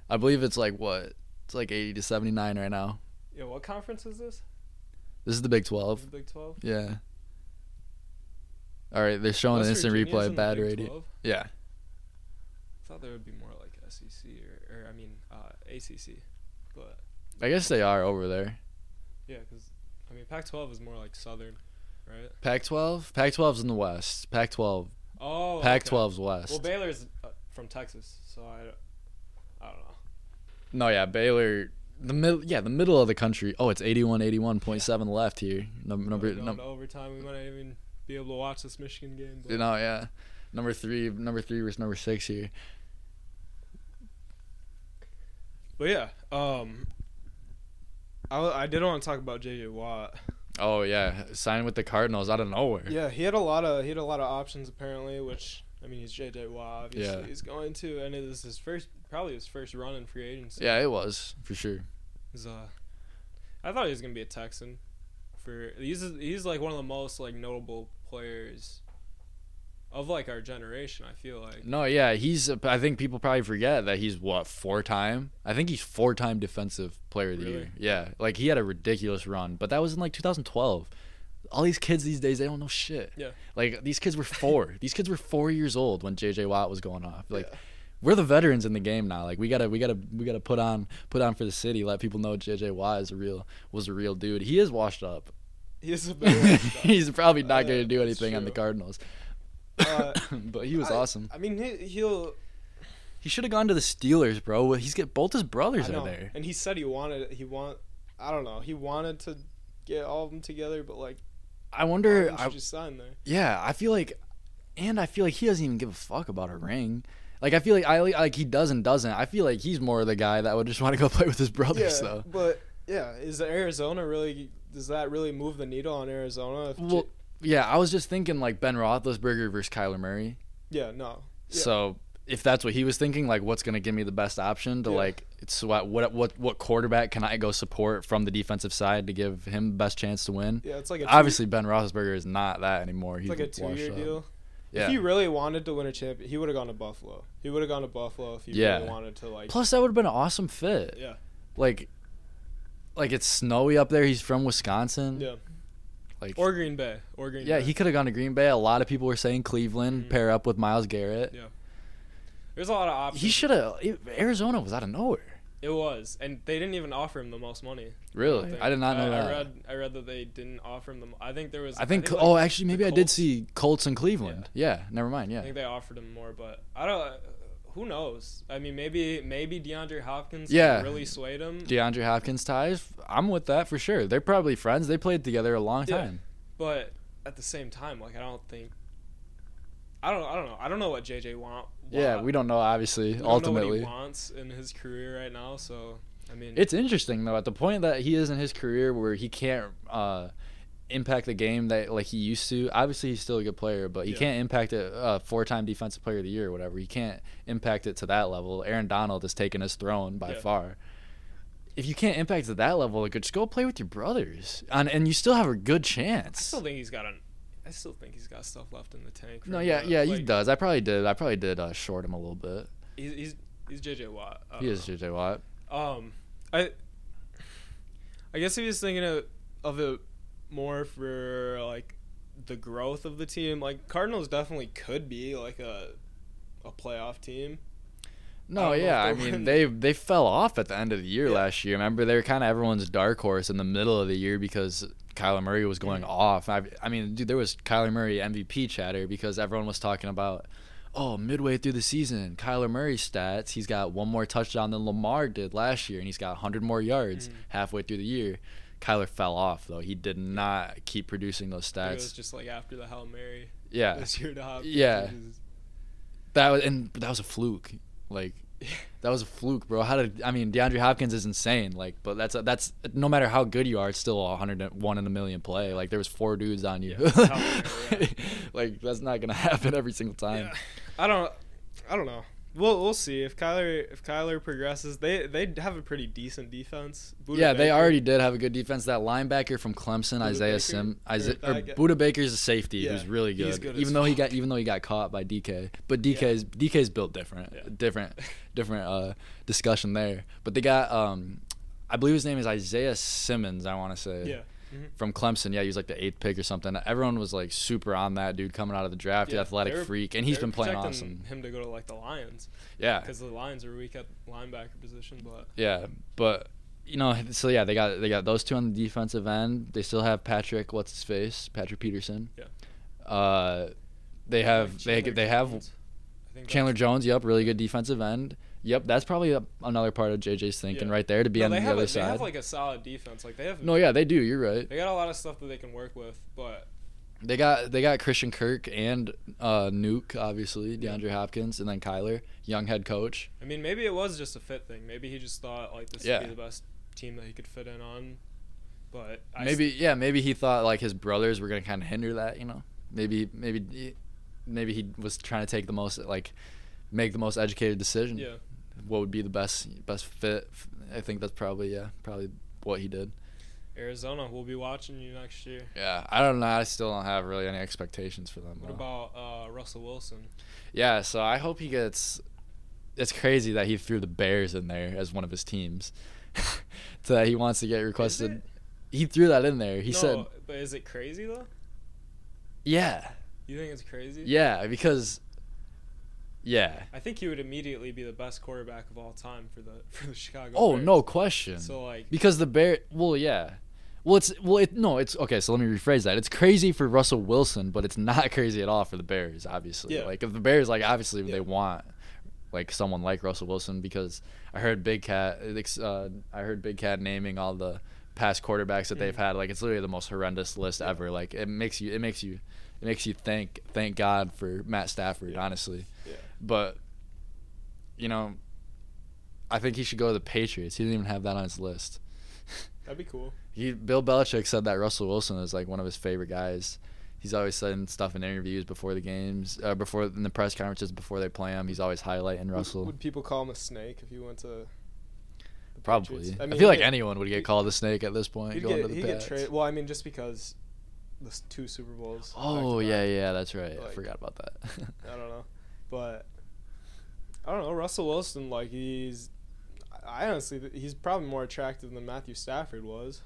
[SPEAKER 2] I believe it's like what? It's like 80 to 79 right now.
[SPEAKER 1] Yeah, what conference is this?
[SPEAKER 2] This is the Big
[SPEAKER 1] Is
[SPEAKER 2] 12.
[SPEAKER 1] it Big Twelve.
[SPEAKER 2] Yeah. All right, they're showing an
[SPEAKER 1] West
[SPEAKER 2] instant
[SPEAKER 1] Virginia's
[SPEAKER 2] replay
[SPEAKER 1] in
[SPEAKER 2] of
[SPEAKER 1] the
[SPEAKER 2] bad
[SPEAKER 1] Big
[SPEAKER 2] radio.
[SPEAKER 1] 12?
[SPEAKER 2] Yeah.
[SPEAKER 1] thought there would be more like SEC or, or I mean uh, ACC, but
[SPEAKER 2] I guess they are over there.
[SPEAKER 1] yeah, because I mean Pac-12 is more like Southern, right?
[SPEAKER 2] Pac-12. Pac-12's in the West. Pac-12.
[SPEAKER 1] Oh, okay.
[SPEAKER 2] Pac-12's West.
[SPEAKER 1] Well, Baylor's uh, from Texas, so I, I don't know.
[SPEAKER 2] no, yeah, Baylor. The middle, yeah, the middle of the country. Oh, it's 81, 81.7 left here. Num- number,
[SPEAKER 1] Going
[SPEAKER 2] num-
[SPEAKER 1] to overtime, we might not even be able to watch this Michigan game. But
[SPEAKER 2] you know, yeah, number three, number three versus number six here.
[SPEAKER 1] But yeah, um, I, w- I did want to talk about JJ Watt.
[SPEAKER 2] Oh yeah, signed with the Cardinals out of nowhere.
[SPEAKER 1] Yeah, he had a lot of he had a lot of options apparently, which I mean he's JJ Watt. Obviously,
[SPEAKER 2] Yeah.
[SPEAKER 1] he's going to, and it is his first probably his first run in free agency.
[SPEAKER 2] Yeah, it was for sure.
[SPEAKER 1] He's, uh, I thought he was gonna be a Texan. For he's he's like one of the most like notable players of like our generation. I feel like *laughs*
[SPEAKER 2] No, yeah, he's. I think people probably forget that he's what four time. I think he's four time defensive player of the
[SPEAKER 1] Really?
[SPEAKER 2] year. Yeah, like he had a ridiculous run, but that was in like 2012. All these kids these days, they don't know shit.
[SPEAKER 1] Yeah.
[SPEAKER 2] like
[SPEAKER 1] *laughs*
[SPEAKER 2] these kids were four. these kids were four years old when J.J. Watt was going off. Like, we're the veterans in the game now. Like we gotta, we gotta, we gotta put on, put on for the city. Let people know J.J. Watt is a real, was a real dude. He is washed up.
[SPEAKER 1] he is a bit.
[SPEAKER 2] *laughs* he's probably not
[SPEAKER 1] Yeah,
[SPEAKER 2] gonna do
[SPEAKER 1] that's
[SPEAKER 2] anything on the
[SPEAKER 1] true.
[SPEAKER 2] Cardinals,
[SPEAKER 1] Uh,
[SPEAKER 2] *coughs* but he was
[SPEAKER 1] I-
[SPEAKER 2] awesome.
[SPEAKER 1] *laughs* I mean, he, he'll.
[SPEAKER 2] He should have gone to the Steelers, bro. He's get both his brothers
[SPEAKER 1] I
[SPEAKER 2] are
[SPEAKER 1] know.
[SPEAKER 2] there.
[SPEAKER 1] And he said he wanted he want. I don't know. He wanted to get all of them together, but like,
[SPEAKER 2] I
[SPEAKER 1] why
[SPEAKER 2] wonder.
[SPEAKER 1] wouldn't you
[SPEAKER 2] I,
[SPEAKER 1] just sign there?
[SPEAKER 2] yeah, I feel like, and I feel like he doesn't even give a fuck about a ring. Like I feel like I like he does and doesn't. I feel like he's more the guy that would just *laughs* want to go play with his brothers
[SPEAKER 1] yeah,
[SPEAKER 2] though.
[SPEAKER 1] but yeah, is Arizona really? Does that really move the needle on Arizona? If
[SPEAKER 2] Well,
[SPEAKER 1] J-
[SPEAKER 2] yeah, I was just thinking like Ben Roethlisberger versus Kyler Murray.
[SPEAKER 1] yeah, no. Yeah.
[SPEAKER 2] So if that's what he was thinking, like what's gonna give me the best option to
[SPEAKER 1] Yeah.
[SPEAKER 2] like it's what what what what quarterback can I go support from the defensive side to give him the best chance to win?
[SPEAKER 1] Yeah, it's like a two-
[SPEAKER 2] Obviously, Ben Roethlisberger is not that anymore.
[SPEAKER 1] it's
[SPEAKER 2] He's
[SPEAKER 1] like a two-year deal.
[SPEAKER 2] Yeah.
[SPEAKER 1] If he really wanted to win a champion, he would have gone to Buffalo. He would have gone to Buffalo if he
[SPEAKER 2] Yeah.
[SPEAKER 1] really wanted to. Like,
[SPEAKER 2] Plus, that would have been an awesome fit.
[SPEAKER 1] Yeah.
[SPEAKER 2] Like, like it's snowy up there. He's from Wisconsin.
[SPEAKER 1] Yeah.
[SPEAKER 2] Like,
[SPEAKER 1] or Green Bay, or Green
[SPEAKER 2] yeah,
[SPEAKER 1] Bay.
[SPEAKER 2] he could have gone to Green Bay. A lot of people were saying Cleveland
[SPEAKER 1] Mhm.
[SPEAKER 2] pair up with Miles Garrett.
[SPEAKER 1] Yeah. There's a lot of options.
[SPEAKER 2] He should have. Arizona was out of nowhere.
[SPEAKER 1] It was, and they didn't even offer him the most money.
[SPEAKER 2] Really,
[SPEAKER 1] think.
[SPEAKER 2] I did not know that.
[SPEAKER 1] Uh, I read, I read that they didn't offer him the. mo- I think there was.
[SPEAKER 2] I think.
[SPEAKER 1] like,
[SPEAKER 2] oh, actually,
[SPEAKER 1] the
[SPEAKER 2] maybe I did
[SPEAKER 1] Colts-
[SPEAKER 2] see Colts and Cleveland. Yeah. never mind.
[SPEAKER 1] I
[SPEAKER 2] Yeah.
[SPEAKER 1] think they offered him more, but I don't. uh, Who knows? I mean, maybe maybe DeAndre Hopkins. like,
[SPEAKER 2] Yeah.
[SPEAKER 1] Really swayed him,
[SPEAKER 2] DeAndre Hopkins ties. I'm with that for sure. They're probably friends. They played together a long
[SPEAKER 1] Yeah.
[SPEAKER 2] time.
[SPEAKER 1] but at the same time, like I don't think. I don't. I don't know. I don't know what JJ want.
[SPEAKER 2] Yeah,
[SPEAKER 1] want-
[SPEAKER 2] we don't know.
[SPEAKER 1] we
[SPEAKER 2] Obviously,
[SPEAKER 1] don't know what
[SPEAKER 2] ultimately,
[SPEAKER 1] he wants in his career right now. So I mean,
[SPEAKER 2] It's interesting though at the point that he is in his career where he can't uh, impact the game that like he used to. Obviously, he's still a good player, but he
[SPEAKER 1] Yeah.
[SPEAKER 2] can't impact it. Uh, four-time defensive player of the year or whatever. He can't impact it to that level. Aaron Donald has taken his throne by
[SPEAKER 1] Yeah.
[SPEAKER 2] far. If you can't impact it to that level, like just go play with your brothers, and and you still have a good
[SPEAKER 1] I
[SPEAKER 2] chance.
[SPEAKER 1] still think he's got an. I still think he's got stuff left in the tank. for
[SPEAKER 2] No,
[SPEAKER 1] him,
[SPEAKER 2] yeah,
[SPEAKER 1] but,
[SPEAKER 2] yeah, he
[SPEAKER 1] like,
[SPEAKER 2] does. I probably did. I probably did uh, short him a little bit.
[SPEAKER 1] He's he's, he's JJ Watt. I
[SPEAKER 2] He
[SPEAKER 1] don't
[SPEAKER 2] is JJ Watt.
[SPEAKER 1] Um, I, I guess if he's thinking of, of it more for like the growth of the team, like Cardinals definitely could be like a a playoff team.
[SPEAKER 2] No,
[SPEAKER 1] don't know
[SPEAKER 2] yeah, I
[SPEAKER 1] if they'll
[SPEAKER 2] mean
[SPEAKER 1] win.
[SPEAKER 2] they they fell off at the end of the year
[SPEAKER 1] Yeah.
[SPEAKER 2] last year. Remember, they were kind of everyone's dark horse in the middle of the year because Kyler Murray was
[SPEAKER 1] Mm-hmm.
[SPEAKER 2] going off. I, I mean, dude, there was Kyler Murray MVP chatter because everyone was talking about, oh, midway through the season, Kyler Murray stats. He's got one more touchdown than Lamar did last year, and he's got 100 more yards
[SPEAKER 1] Mhm.
[SPEAKER 2] halfway through the year. Kyler fell off though. He did not keep producing those
[SPEAKER 1] I think it was
[SPEAKER 2] stats.
[SPEAKER 1] just like after the Hail Mary
[SPEAKER 2] Yeah,
[SPEAKER 1] this year to Hopkins.
[SPEAKER 2] Yeah.
[SPEAKER 1] which is-
[SPEAKER 2] that was and that was a fluke. Like that was a fluke, bro. How did I mean DeAndre Hopkins is insane. Like, but that's that's no matter how good you are, it's still a hundred and one in a million play. Like there was four dudes on you.
[SPEAKER 1] Yeah, out there, yeah.
[SPEAKER 2] *laughs* like that's not gonna *laughs* happen every single time.
[SPEAKER 1] Yeah. I don't, I don't know. We'll we'll see if Kyler if Kyler progresses. They they have a pretty decent defense. Buda
[SPEAKER 2] Yeah, they
[SPEAKER 1] Baker-
[SPEAKER 2] already did have a good defense. That linebacker from Clemson, Isaiah
[SPEAKER 1] Baker?
[SPEAKER 2] Sim,
[SPEAKER 1] Or
[SPEAKER 2] Isaiah, or
[SPEAKER 1] that guy-
[SPEAKER 2] Buda Baker's a safety
[SPEAKER 1] Yeah,
[SPEAKER 2] who's really good.
[SPEAKER 1] he's good
[SPEAKER 2] even
[SPEAKER 1] as
[SPEAKER 2] though he
[SPEAKER 1] fuck.
[SPEAKER 2] got, even though he got caught by DK, but DK's DK's built different,
[SPEAKER 1] Yeah.
[SPEAKER 2] different, different uh, discussion there. But they got, um, I believe his name is Isaiah Simmons. I want to say.
[SPEAKER 1] Yeah. Mhm.
[SPEAKER 2] from Clemson. Yeah, he was like the eighth pick or something. Everyone was like super on that dude coming out of the draft,
[SPEAKER 1] Yeah,
[SPEAKER 2] athletic
[SPEAKER 1] they were-
[SPEAKER 2] freak, and he's
[SPEAKER 1] They're
[SPEAKER 2] been playing
[SPEAKER 1] projecting
[SPEAKER 2] awesome.
[SPEAKER 1] Him to go to like the Lions
[SPEAKER 2] Yeah,
[SPEAKER 1] because the Lions are weak at linebacker position, but
[SPEAKER 2] yeah, but you know, so yeah, they got they got those two on the defensive end. They still have Patrick, what's his face, Patrick Peterson.
[SPEAKER 1] Yeah.
[SPEAKER 2] Uh, they
[SPEAKER 1] Like
[SPEAKER 2] have they
[SPEAKER 1] Chandler
[SPEAKER 2] they have
[SPEAKER 1] Jones. I think
[SPEAKER 2] Chandler
[SPEAKER 1] that's-
[SPEAKER 2] Jones. Yep, really good defensive end. Yep, that's probably a, another part of JJ's thinking
[SPEAKER 1] Yeah.
[SPEAKER 2] right there to be
[SPEAKER 1] No,
[SPEAKER 2] on
[SPEAKER 1] they
[SPEAKER 2] the
[SPEAKER 1] have
[SPEAKER 2] other
[SPEAKER 1] a, They
[SPEAKER 2] side.
[SPEAKER 1] have like a solid defense. Like they have
[SPEAKER 2] no, yeah, they do. You're right.
[SPEAKER 1] they got a lot of stuff that they can work with, but
[SPEAKER 2] They got they got Christian Kirk and uh, Nuke, obviously DeAndre Hopkins, and then Kyler, young head coach.
[SPEAKER 1] I mean maybe it was just a fit thing. Maybe he just thought like this
[SPEAKER 2] Yeah.
[SPEAKER 1] would be the best team that he could fit in on. But I
[SPEAKER 2] Maybe yeah, maybe he thought like his brothers were gonna kind of hinder that, you know. Maybe maybe maybe he was trying to take the most like make the most educated decision.
[SPEAKER 1] st- yeah.
[SPEAKER 2] What would be the best best fit? I think that's probably yeah probably what he did.
[SPEAKER 1] Arizona, we'll be watching you next year.
[SPEAKER 2] Yeah, I don't know. I still don't have really any expectations for them.
[SPEAKER 1] What
[SPEAKER 2] though.
[SPEAKER 1] about uh, Russell Wilson?
[SPEAKER 2] Yeah, so I hope he gets. It's crazy that he threw the Bears in there as one of his teams. *laughs* that he wants to get requested.
[SPEAKER 1] it?
[SPEAKER 2] He threw that in there. He
[SPEAKER 1] no,
[SPEAKER 2] said,
[SPEAKER 1] but is it crazy though?
[SPEAKER 2] "Yeah,
[SPEAKER 1] You think it's crazy?
[SPEAKER 2] yeah," because. Yeah.
[SPEAKER 1] I think he would immediately be the best quarterback of all time for the *laughs* for the Chicago.
[SPEAKER 2] Oh
[SPEAKER 1] Bears.
[SPEAKER 2] no question.
[SPEAKER 1] So like
[SPEAKER 2] Because the Bear. Well, yeah. Well, it's well, it, no, it's okay. So let me rephrase that. It's crazy for Russell Wilson, but it's *laughs* not crazy at all for the Bears. Obviously,
[SPEAKER 1] Yeah.
[SPEAKER 2] like if the Bears, like obviously
[SPEAKER 1] Yeah.
[SPEAKER 2] they want like someone like Russell Wilson because I heard Big Cat. it's, Uh, I heard Big Cat naming all the past quarterbacks that
[SPEAKER 1] Mm.
[SPEAKER 2] they've had. Like it's literally the most horrendous list ever. Like it makes you. It makes you. It makes you thank thank God for Matt Stafford.
[SPEAKER 1] Yeah.
[SPEAKER 2] Honestly,
[SPEAKER 1] Yeah.
[SPEAKER 2] but you know, I think he should go to the Patriots. He didn't even have that on his list. *laughs*
[SPEAKER 1] that'd be cool.
[SPEAKER 2] He, Bill Belichick said that Russell Wilson is like one of his favorite guys. He's always saying stuff in interviews before the games, uh, before in the press conferences before they play him. He's always highlighting Russell.
[SPEAKER 1] Would, people call him a snake if you went to? the
[SPEAKER 2] Probably,
[SPEAKER 1] Patriots?
[SPEAKER 2] I,
[SPEAKER 1] mean,
[SPEAKER 2] feel
[SPEAKER 1] he'd
[SPEAKER 2] like
[SPEAKER 1] get-
[SPEAKER 2] anyone would get called a snake at this point.
[SPEAKER 1] He'd
[SPEAKER 2] Going
[SPEAKER 1] get,
[SPEAKER 2] to the
[SPEAKER 1] he'd get
[SPEAKER 2] Pats.
[SPEAKER 1] traded. Well, I mean, just because the s- two Super Bowls. back
[SPEAKER 2] Oh
[SPEAKER 1] to
[SPEAKER 2] yeah,
[SPEAKER 1] back,
[SPEAKER 2] yeah, that's right. I
[SPEAKER 1] Like-
[SPEAKER 2] forgot about that. *laughs*
[SPEAKER 1] I don't know, but I don't know. Russell Wilson, like he's, I honestly, th- he's probably more attractive than Matthew Stafford was.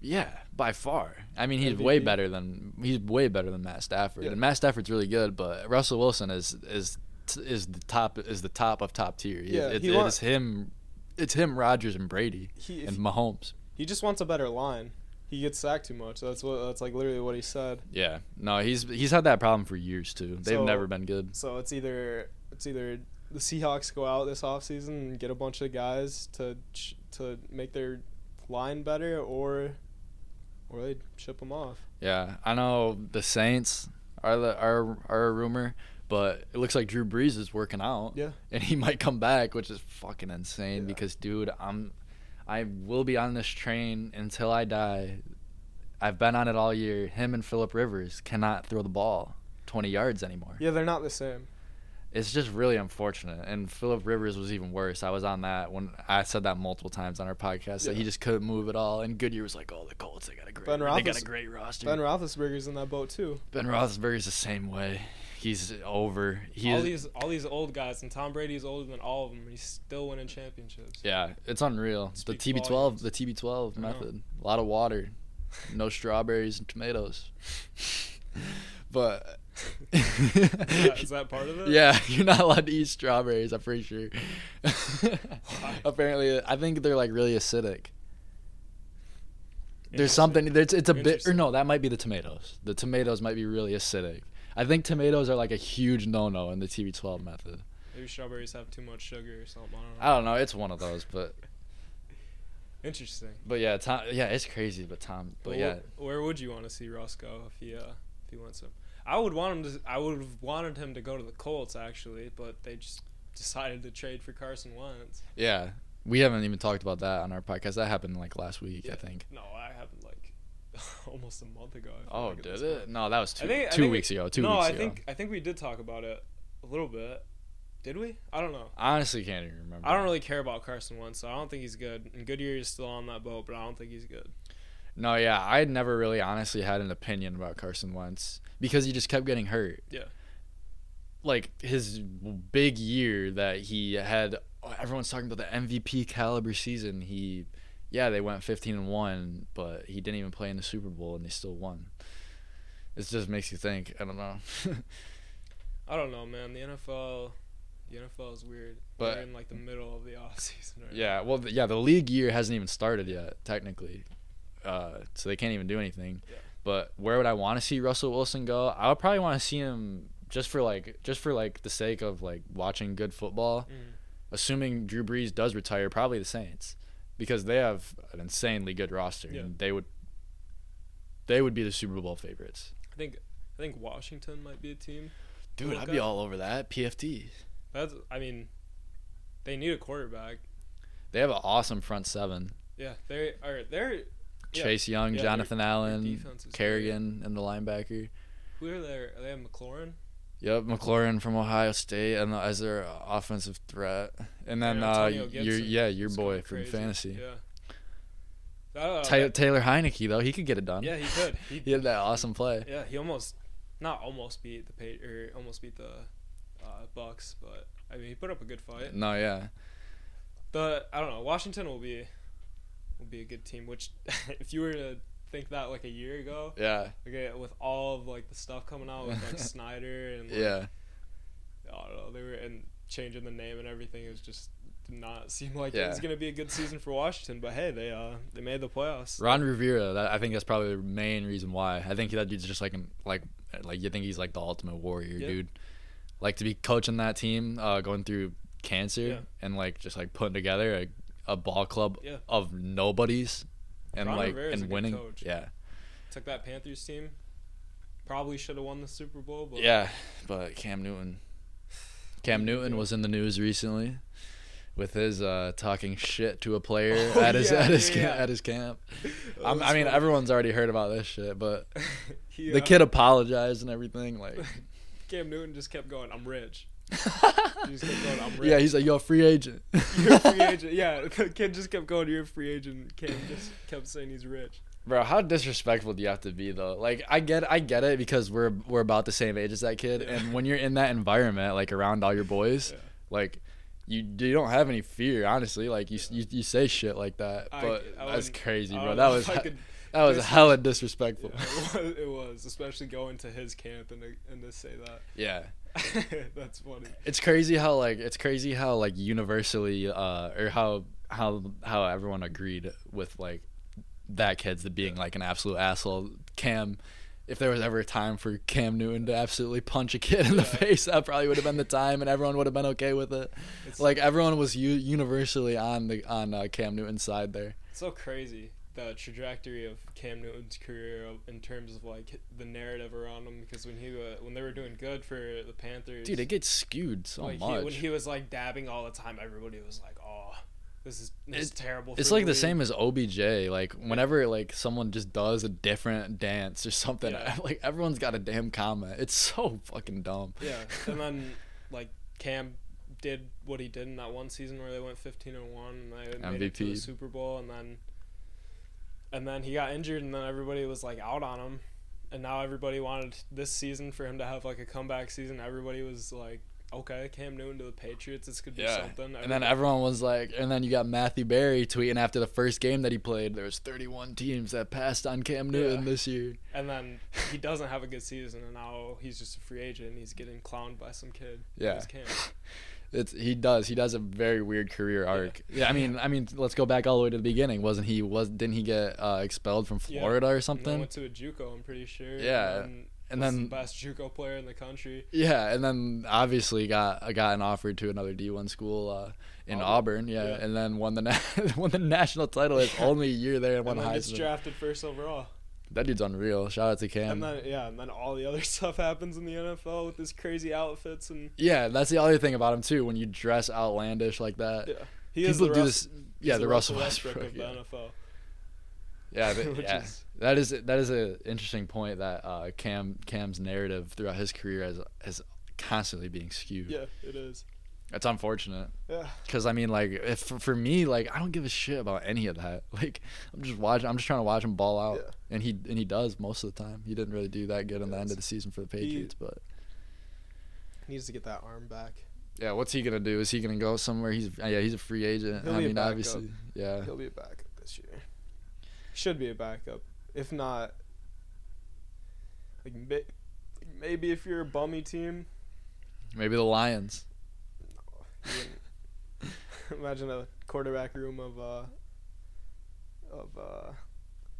[SPEAKER 2] yeah, by far. I mean, he's way
[SPEAKER 1] MVP.
[SPEAKER 2] better than he's way better than Matt Stafford,
[SPEAKER 1] Yeah.
[SPEAKER 2] and Matt Stafford's really good, but Russell Wilson is is is the top is the top of top tier. He-
[SPEAKER 1] Yeah,
[SPEAKER 2] it,
[SPEAKER 1] he
[SPEAKER 2] it
[SPEAKER 1] wa-
[SPEAKER 2] is him. It's him, Rogers, and Brady,
[SPEAKER 1] He if
[SPEAKER 2] and Mahomes.
[SPEAKER 1] he just wants a better line. He gets sacked too much. That's what. That's like literally what he said.
[SPEAKER 2] Yeah. No, he's he's had that problem for years too. They've
[SPEAKER 1] So-
[SPEAKER 2] never been good.
[SPEAKER 1] So it's either it's either the Seahawks go out this offseason and get a bunch of guys to ch- to make their line better, or or they ship them off.
[SPEAKER 2] Yeah. I know the Saints are the are are a rumor, but it looks like Drew Brees is working out.
[SPEAKER 1] Yeah.
[SPEAKER 2] And he *laughs* might come back, which is fucking insane
[SPEAKER 1] Yeah.
[SPEAKER 2] because dude, I'm I will be on this train until I die. I've been on it all year. Him and Philip Rivers cannot throw the ball 20 yards anymore.
[SPEAKER 1] Yeah, they're not the same.
[SPEAKER 2] it's just really unfortunate. And Philip Rivers was even worse. I was on that when I said that multiple times on our podcast that
[SPEAKER 1] Yeah.
[SPEAKER 2] he just couldn't move at all. And Goodyear was like, "Oh, the Colts, they got a great,
[SPEAKER 1] Ben
[SPEAKER 2] they got
[SPEAKER 1] Roethlis-
[SPEAKER 2] a great roster."
[SPEAKER 1] Ben
[SPEAKER 2] Ben,
[SPEAKER 1] Roethlisberger's in that boat too.
[SPEAKER 2] Roethlisberger's the same way. He's over. He
[SPEAKER 1] all
[SPEAKER 2] is,
[SPEAKER 1] these all these old guys, and Tom Brady's older than all of them. And he's still winning championships.
[SPEAKER 2] yeah, it's unreal. The
[SPEAKER 1] Speaks
[SPEAKER 2] TB12,
[SPEAKER 1] volumes.
[SPEAKER 2] the TB12
[SPEAKER 1] I know.
[SPEAKER 2] method. A lot of water, no strawberries and tomatoes. but
[SPEAKER 1] Is that, is that part of it?
[SPEAKER 2] Yeah, *laughs* you're not allowed to eat strawberries. I'm pretty sure. *laughs* Apparently, I think they're like really acidic. There's something. There's it's a bit or
[SPEAKER 1] Interesting.
[SPEAKER 2] no, that might be the tomatoes. The tomatoes might be really acidic. I think tomatoes are like a huge no-no in the TB12 method.
[SPEAKER 1] Maybe strawberries have too much sugar or something. I don't know.
[SPEAKER 2] I don't know. It's one of those, but
[SPEAKER 1] Interesting.
[SPEAKER 2] but yeah, Tom. Yeah, it's crazy, but Tom. But
[SPEAKER 1] Well,
[SPEAKER 2] yeah,
[SPEAKER 1] where would you want to see Russ go if he uh, if he wants him? I would want him to. I would have wanted him to go to the Colts actually, but they just *laughs* decided to trade for Carson Wentz.
[SPEAKER 2] yeah. We haven't even talked about that on our podcast. That happened like last week, I
[SPEAKER 1] Yeah.
[SPEAKER 2] think.
[SPEAKER 1] No, I happened like *laughs* almost a month ago. I feel
[SPEAKER 2] Oh,
[SPEAKER 1] like, at
[SPEAKER 2] did
[SPEAKER 1] this
[SPEAKER 2] it?
[SPEAKER 1] point.
[SPEAKER 2] No, that was two,
[SPEAKER 1] I think- I
[SPEAKER 2] two
[SPEAKER 1] think-
[SPEAKER 2] weeks ago. Two
[SPEAKER 1] no,
[SPEAKER 2] weeks
[SPEAKER 1] I
[SPEAKER 2] ago.
[SPEAKER 1] think I think we did talk about it a little bit. Did we? I don't know.
[SPEAKER 2] I honestly can't even remember.
[SPEAKER 1] I don't really care about Carson Wentz, so I don't think he's good. And Goodyear is still on that boat, but I don't think he's good.
[SPEAKER 2] No, yeah, I had never really honestly had an opinion about Carson Wentz because he just kept getting hurt.
[SPEAKER 1] Yeah.
[SPEAKER 2] Like his big year that he had, everyone's talking about the MVP caliber season. He yeah, they went 15 and 1, but he didn't even play in the Super Bowl and they still won. It just makes you think. I don't know. *laughs*
[SPEAKER 1] I don't know, man. The NFL, the NFL is weird.
[SPEAKER 2] But-
[SPEAKER 1] We're in like the middle of the *laughs* off season right
[SPEAKER 2] yeah, well, th- yeah, the league year hasn't even started yet, technically. Uh, so they can't even do anything.
[SPEAKER 1] Yeah.
[SPEAKER 2] But where would I want to see Russell Wilson go? I would probably want to see him just for like just for like the sake of like watching good football.
[SPEAKER 1] now. Mm.
[SPEAKER 2] assuming Drew Brees does retire, probably the Saints, because they have an insanely good roster,
[SPEAKER 1] Yeah.
[SPEAKER 2] and they would they would be the Super Bowl favorites.
[SPEAKER 1] I think I think Washington might be a team.
[SPEAKER 2] Dude,
[SPEAKER 1] Look
[SPEAKER 2] I'd be
[SPEAKER 1] up.
[SPEAKER 2] all over that PFT.
[SPEAKER 1] That's I mean, they need a quarterback.
[SPEAKER 2] They have an awesome front seven:
[SPEAKER 1] Yeah, they are. They're Yeah.
[SPEAKER 2] Chase Young,
[SPEAKER 1] Yeah, their-
[SPEAKER 2] Jonathan Allen,
[SPEAKER 1] defense is
[SPEAKER 2] Kerrigan, and the linebacker.
[SPEAKER 1] who are there? They have McLaurin.
[SPEAKER 2] Yep, McLaurin from Ohio State, and as their offensive threat, and then
[SPEAKER 1] And
[SPEAKER 2] uh,
[SPEAKER 1] Antonio
[SPEAKER 2] your
[SPEAKER 1] Gibson
[SPEAKER 2] yeah your
[SPEAKER 1] It's
[SPEAKER 2] boy
[SPEAKER 1] going
[SPEAKER 2] from
[SPEAKER 1] crazy.
[SPEAKER 2] fantasy,
[SPEAKER 1] Yeah. I don't know,
[SPEAKER 2] Ta-
[SPEAKER 1] that-
[SPEAKER 2] Taylor Heineke though he could get it done.
[SPEAKER 1] yeah, he could. He,
[SPEAKER 2] *laughs* he had that awesome play.
[SPEAKER 1] yeah, he almost, not almost beat the pay, or almost beat the uh, Bucks, but I mean he put up a good fight.
[SPEAKER 2] No, yeah.
[SPEAKER 1] The I don't know. Washington will be, will be a good team. Which, *laughs* if you were to think that like a year ago,
[SPEAKER 2] Yeah.
[SPEAKER 1] okay, with all of like the stuff coming out
[SPEAKER 2] *laughs*
[SPEAKER 1] with like Snyder and like,
[SPEAKER 2] Yeah.
[SPEAKER 1] I don't know. They were and changing the name and everything is just did not *laughs* seem like it was
[SPEAKER 2] Yeah.
[SPEAKER 1] gonna be a good season for Washington. But hey, they uh they made the playoffs.
[SPEAKER 2] Ron Rivera, that, I think that's probably the main reason why. I think that dude's just like an like like you think he's like the ultimate warrior,
[SPEAKER 1] Yeah.
[SPEAKER 2] dude. Like to be coaching that team, uh, going through cancer
[SPEAKER 1] Yeah.
[SPEAKER 2] and like just like putting together a, a ball club
[SPEAKER 1] Yeah.
[SPEAKER 2] of nobodies and
[SPEAKER 1] Ron
[SPEAKER 2] like
[SPEAKER 1] Rivera's a
[SPEAKER 2] and
[SPEAKER 1] good
[SPEAKER 2] winning.
[SPEAKER 1] coach.
[SPEAKER 2] Yeah,
[SPEAKER 1] Took that Panthers team. Probably should have won the Super Bowl, but *laughs*
[SPEAKER 2] yeah, but Cam Newton, Cam Newton was in the news recently with his uh, talking shit to a player
[SPEAKER 1] Oh,
[SPEAKER 2] at his
[SPEAKER 1] yeah,
[SPEAKER 2] at his
[SPEAKER 1] yeah,
[SPEAKER 2] ca-
[SPEAKER 1] yeah.
[SPEAKER 2] at his camp.
[SPEAKER 1] that
[SPEAKER 2] I'm,
[SPEAKER 1] was
[SPEAKER 2] I mean,
[SPEAKER 1] funny.
[SPEAKER 2] everyone's already heard about this shit, but.
[SPEAKER 1] *laughs* He,
[SPEAKER 2] The
[SPEAKER 1] uh,
[SPEAKER 2] kid apologized and everything.
[SPEAKER 1] *laughs*
[SPEAKER 2] Like,
[SPEAKER 1] Cam Newton just kept going. I'm rich. He just kept going. I'm rich.
[SPEAKER 2] *laughs* yeah, he's like, yo, free agent.
[SPEAKER 1] *laughs* You're a
[SPEAKER 2] *laughs*
[SPEAKER 1] free agent. Yeah, *laughs* the kid just kept going. You're a free agent. Cam just kept saying he's rich.
[SPEAKER 2] Bro, how disrespectful do you have to be though? Like, I get, I get it because we're we're about the same age as that kid,
[SPEAKER 1] Yeah.
[SPEAKER 2] and when you're in that environment, like around all your boys,
[SPEAKER 1] Yeah.
[SPEAKER 2] like. You, you don't have any fear, honestly. Like you, s you, you say shit like that,
[SPEAKER 1] I-
[SPEAKER 2] but
[SPEAKER 1] I
[SPEAKER 2] that's
[SPEAKER 1] wouldn't-
[SPEAKER 2] crazy,
[SPEAKER 1] I
[SPEAKER 2] bro.
[SPEAKER 1] don't
[SPEAKER 2] That
[SPEAKER 1] know
[SPEAKER 2] was
[SPEAKER 1] if *laughs* I
[SPEAKER 2] he- *laughs*
[SPEAKER 1] could-
[SPEAKER 2] that was
[SPEAKER 1] dis-
[SPEAKER 2] hella
[SPEAKER 1] yeah,
[SPEAKER 2] disrespectful.
[SPEAKER 1] it, was, it was, especially going to his camp and to, and to say
[SPEAKER 2] *laughs* yeah.
[SPEAKER 1] that. *laughs* That's funny.
[SPEAKER 2] it's crazy how like it's crazy how like universally uh or how how how everyone agreed with like that kid's the being like an absolute asshole cam if there was ever a time for cam newton to absolutely punch a kid in the
[SPEAKER 1] Yeah.
[SPEAKER 2] face that probably would have been the time and everyone would have been okay with it
[SPEAKER 1] It's-
[SPEAKER 2] like everyone was u- universally on the on uh, cam newton's side there
[SPEAKER 1] so crazy the trajectory of Cam Newton's career of- in terms of like the narrative around him because when he wa when they were doing good for the Panthers,
[SPEAKER 2] dude it gets skewed so
[SPEAKER 1] like, he-
[SPEAKER 2] much
[SPEAKER 1] when he was like dabbing all the time, everybody was like, "Oh, this is this is
[SPEAKER 2] It-
[SPEAKER 1] terrible."
[SPEAKER 2] It's
[SPEAKER 1] for
[SPEAKER 2] like the
[SPEAKER 1] league."
[SPEAKER 2] same as OBJ. Like whenever like someone just does a different dance or something,
[SPEAKER 1] Yeah.
[SPEAKER 2] *laughs* like everyone's got a damn comment. It's so fucking dumb. *laughs*
[SPEAKER 1] Yeah, and then like Cam did what he did in that one season where they went fifteen and one, and they made it to the
[SPEAKER 2] MVP.
[SPEAKER 1] Super Bowl, and then and then he got injured, and then everybody was like out on him, and now everybody wanted this season for him to have like a comeback season. Everybody was like, okay, Cam Newton to the Patriots, this could be something.
[SPEAKER 2] And then everyone was like, and then you got Matthew Barry tweeting after the first game that he played. There was 31 teams that passed on Cam Newton
[SPEAKER 1] Yeah.
[SPEAKER 2] this year.
[SPEAKER 1] and then he doesn't have a good season, and now he's just a free agent. and He's getting clowned by some kid. at
[SPEAKER 2] Yeah.
[SPEAKER 1] his camp.
[SPEAKER 2] It's he does. He does a very weird career arc. Yeah. I mean, I mean, let's go back all the way to the beginning. Wasn't he? Was didn't he get uh, expelled from
[SPEAKER 1] Yeah.
[SPEAKER 2] Florida
[SPEAKER 1] And
[SPEAKER 2] or
[SPEAKER 1] then
[SPEAKER 2] something?
[SPEAKER 1] went to a JUCO, I'm pretty sure. and
[SPEAKER 2] Yeah,
[SPEAKER 1] then
[SPEAKER 2] and
[SPEAKER 1] was the
[SPEAKER 2] then
[SPEAKER 1] best JUCO player in the country.
[SPEAKER 2] Yeah, and then obviously got uh, gotten offered to another D1 school uh, in Auburn.
[SPEAKER 1] Auburn.
[SPEAKER 2] yeah,
[SPEAKER 1] Yeah.
[SPEAKER 2] and then won the na- *laughs* won the national title his only year there and won
[SPEAKER 1] and then gets
[SPEAKER 2] Heisman.
[SPEAKER 1] drafted first overall.
[SPEAKER 2] that dude's unreal. Shout out to
[SPEAKER 1] and
[SPEAKER 2] Cam.
[SPEAKER 1] then yeah, and then all the *laughs* other stuff happens in the NFL with his crazy outfits and
[SPEAKER 2] yeah, that's the other thing about him too. When you dress outlandish like that,
[SPEAKER 1] yeah. He is the
[SPEAKER 2] Uh, people do
[SPEAKER 1] Rus-
[SPEAKER 2] this.
[SPEAKER 1] he's
[SPEAKER 2] Yeah, the, Russell
[SPEAKER 1] Westbrook,
[SPEAKER 2] Westbrook.
[SPEAKER 1] of
[SPEAKER 2] yeah,
[SPEAKER 1] the NFL.
[SPEAKER 2] yeah,
[SPEAKER 1] *laughs*
[SPEAKER 2] but-
[SPEAKER 1] which
[SPEAKER 2] yeah.
[SPEAKER 1] is-
[SPEAKER 2] that is that is an interesting point that uh, Cam Cam's narrative throughout his career has has constantly being skewed.
[SPEAKER 1] Yeah, it is.
[SPEAKER 2] It's unfortunate.
[SPEAKER 1] Yeah.
[SPEAKER 2] Cause I mean, like, if for, for me, like, I don't give a shit about any of that. *laughs* Like, I'm just watching. I'm just trying to watch him ball out,
[SPEAKER 1] Yeah.
[SPEAKER 2] and he and he does most of the time. He didn't really do that good in the end
[SPEAKER 1] Yes.
[SPEAKER 2] of the season for the Patriots, but
[SPEAKER 1] He needs to get that arm back.
[SPEAKER 2] yeah, what's he gonna do? Is he gonna go somewhere? He's yeah, he's a free agent.
[SPEAKER 1] He'll
[SPEAKER 2] I
[SPEAKER 1] be a
[SPEAKER 2] mean,
[SPEAKER 1] backup.
[SPEAKER 2] obviously, yeah.
[SPEAKER 1] be back this year. should be a backup. If not, like may- maybe if you're a bummy team,
[SPEAKER 2] Maybe the Lions.
[SPEAKER 1] you wouldn't-
[SPEAKER 2] *laughs*
[SPEAKER 1] *laughs* imagine a quarterback room of uh of uh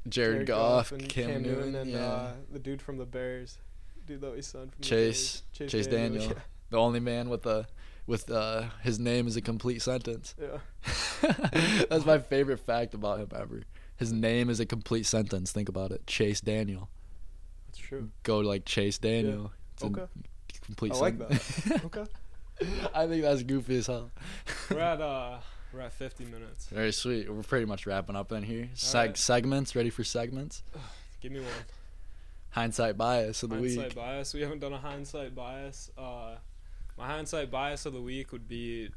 [SPEAKER 2] Jared, Goff, Cam, Newton,
[SPEAKER 1] and
[SPEAKER 2] yeah.
[SPEAKER 1] uh, the dude from the Bears, dude that we signed from the
[SPEAKER 2] Chase-
[SPEAKER 1] Bears.
[SPEAKER 2] Chase
[SPEAKER 1] Daniel.
[SPEAKER 2] Daniel. the only man with a with uh, his name is a complete sentence.
[SPEAKER 1] *laughs*
[SPEAKER 2] *laughs*
[SPEAKER 1] Yeah, yeah.
[SPEAKER 2] That's my favorite fact about him ever. His name is a complete sentence. Think about it. Chase Daniel.
[SPEAKER 1] that's true.
[SPEAKER 2] Go like Chase Daniel. Mm, It's a *laughs*
[SPEAKER 1] Okay,
[SPEAKER 2] complete
[SPEAKER 1] I like
[SPEAKER 2] sentence.
[SPEAKER 1] okay.
[SPEAKER 2] *laughs* I think that's goofy as hell.
[SPEAKER 1] We're at uh we're at 50 minutes.
[SPEAKER 2] *laughs* Very sweet. We're pretty much wrapping up in here. Seg-
[SPEAKER 1] right.
[SPEAKER 2] Segments ready for segments.
[SPEAKER 1] Give me one.
[SPEAKER 2] Hindsight bias of the
[SPEAKER 1] hindsight
[SPEAKER 2] week.
[SPEAKER 1] bias. We haven't done a hindsight bias. Uh, my hindsight bias of the week would be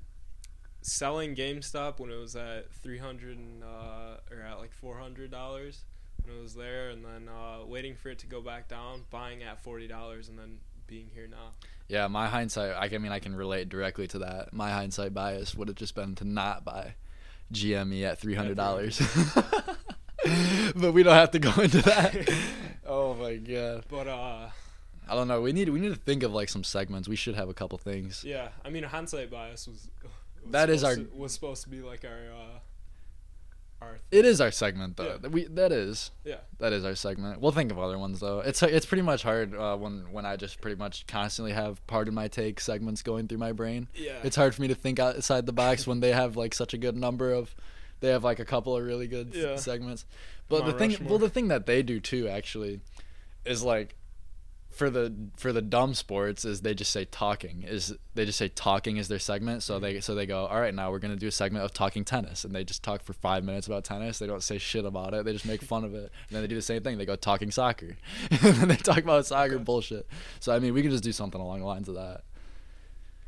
[SPEAKER 1] selling GameStop when it was at three hundred and uh, or at like four hundred dollars when it was there, and then uh, waiting for it to go back down, buying at forty dollars, and then being here now.
[SPEAKER 2] Yeah, my hindsight. I can- I mean, I can relate directly to that. My hindsight bias would have just been to not buy GME at three hundred dollars. *laughs* but we don't have to go into that.
[SPEAKER 1] *laughs*
[SPEAKER 2] *laughs* oh my god.
[SPEAKER 1] But uh,
[SPEAKER 2] I don't know. We need we need to think of like some segments. We should have a couple things.
[SPEAKER 1] yeah, I mean hindsight bias was. was
[SPEAKER 2] That is our-
[SPEAKER 1] supposed to- was supposed to be like our uh, our
[SPEAKER 2] It is our segment though.
[SPEAKER 1] Yeah.
[SPEAKER 2] We that is.
[SPEAKER 1] Yeah.
[SPEAKER 2] That is our segment. We'll think of other ones though. It's it's pretty much hard uh, when when I just pretty much constantly have part of my take segments going through my brain.
[SPEAKER 1] yeah.
[SPEAKER 2] It's hard for me to think outside the box when they have like such a good number of they have like a couple of really good s-
[SPEAKER 1] Yeah.
[SPEAKER 2] segments. But
[SPEAKER 1] Mount
[SPEAKER 2] the thing
[SPEAKER 1] Rushmore.
[SPEAKER 2] well the thing that they do too actually is like for the for the dumb sports is they just say talking is they just say talking is their segment so they so they go all right now we're going to do a segment of talking tennis and they just talk for 5 minutes about tennis they don't say shit about it they just make fun of it and then they do the same thing they go talking soccer *laughs* and then they talk about soccer
[SPEAKER 1] Okay.
[SPEAKER 2] bullshit so i mean we can just do something along the lines of that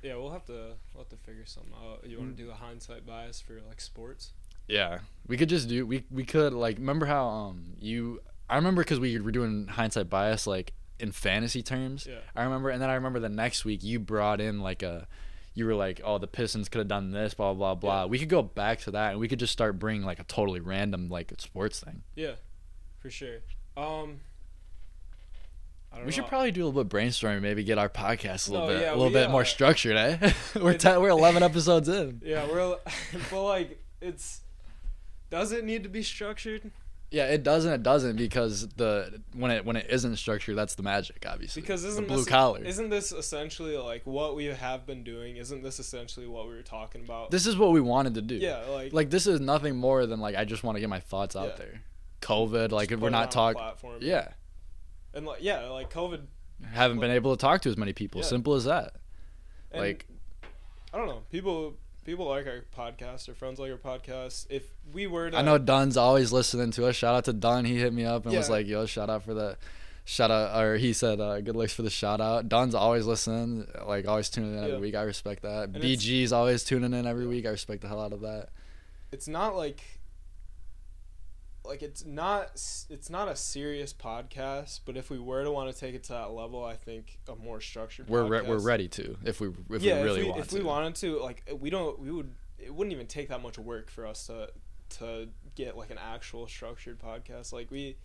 [SPEAKER 1] yeah, we'll have to we'll have to figure something out. You
[SPEAKER 2] Mm.
[SPEAKER 1] want to do a hindsight bias for like sports?
[SPEAKER 2] Yeah, we could just do we we could like remember how um you I remember because we were doing hindsight bias like in fantasy terms.
[SPEAKER 1] Yeah.
[SPEAKER 2] I remember, and then I remember the next week you brought in like a. You were like, "Oh, the Pistons could have done this, blah blah blah." We could go back to that, and we could just start bringing like a totally random like sports thing.
[SPEAKER 1] Yeah, for sure. Um, I don't
[SPEAKER 2] We should
[SPEAKER 1] know.
[SPEAKER 2] probably do a little bit of brainstorming, maybe get our podcast a little
[SPEAKER 1] No,
[SPEAKER 2] bit,
[SPEAKER 1] yeah,
[SPEAKER 2] a little
[SPEAKER 1] we,
[SPEAKER 2] bit more
[SPEAKER 1] uh,
[SPEAKER 2] structured, eh? *laughs* we're
[SPEAKER 1] it-
[SPEAKER 2] ten, we're eleven episodes in.
[SPEAKER 1] Yeah, we're *laughs* but like it's does it need to be structured?
[SPEAKER 2] Yeah, it doesn't. It doesn't because the when it when it isn't structured, that's the magic, obviously.
[SPEAKER 1] Because
[SPEAKER 2] The
[SPEAKER 1] isn't
[SPEAKER 2] blue
[SPEAKER 1] this,
[SPEAKER 2] collar.
[SPEAKER 1] Isn't this essentially like what we have been doing? Isn't this essentially what we were talking about?
[SPEAKER 2] this is what we wanted to do.
[SPEAKER 1] yeah, like
[SPEAKER 2] Like this is nothing more than like I just want to get my thoughts out
[SPEAKER 1] Yeah.
[SPEAKER 2] there. COVID, like
[SPEAKER 1] just
[SPEAKER 2] we're
[SPEAKER 1] put it on a
[SPEAKER 2] not talking.
[SPEAKER 1] platform.
[SPEAKER 2] Yeah,
[SPEAKER 1] and like yeah, like COVID.
[SPEAKER 2] haven't been able to talk to as many people.
[SPEAKER 1] Yeah.
[SPEAKER 2] Simple as that.
[SPEAKER 1] And
[SPEAKER 2] like
[SPEAKER 1] I don't know, people people like our podcast. Our friends like our podcast. If we were to,
[SPEAKER 2] I know Dun's always listening to us. Shout out to Dun. He hit me up and was
[SPEAKER 1] Yeah.
[SPEAKER 2] like, "Yo, shout out for the." Shout out, or he said, uh, "Good looks for the shout out." Don's always listening, like always tuning in every
[SPEAKER 1] Yeah.
[SPEAKER 2] week. I respect that.
[SPEAKER 1] it's-
[SPEAKER 2] BG's always tuning in every week. I respect the hell out of that.
[SPEAKER 1] it's not like like it's not s- it's not a serious podcast but if we were to want to take it to that level i think a more structured
[SPEAKER 2] We're re-
[SPEAKER 1] podcast-
[SPEAKER 2] we're ready to if we if
[SPEAKER 1] yeah
[SPEAKER 2] we really
[SPEAKER 1] if we,
[SPEAKER 2] want
[SPEAKER 1] if
[SPEAKER 2] to.
[SPEAKER 1] we wanted to like we don't we would it wouldn't even take that much work for us to to get like an actual structured podcast like we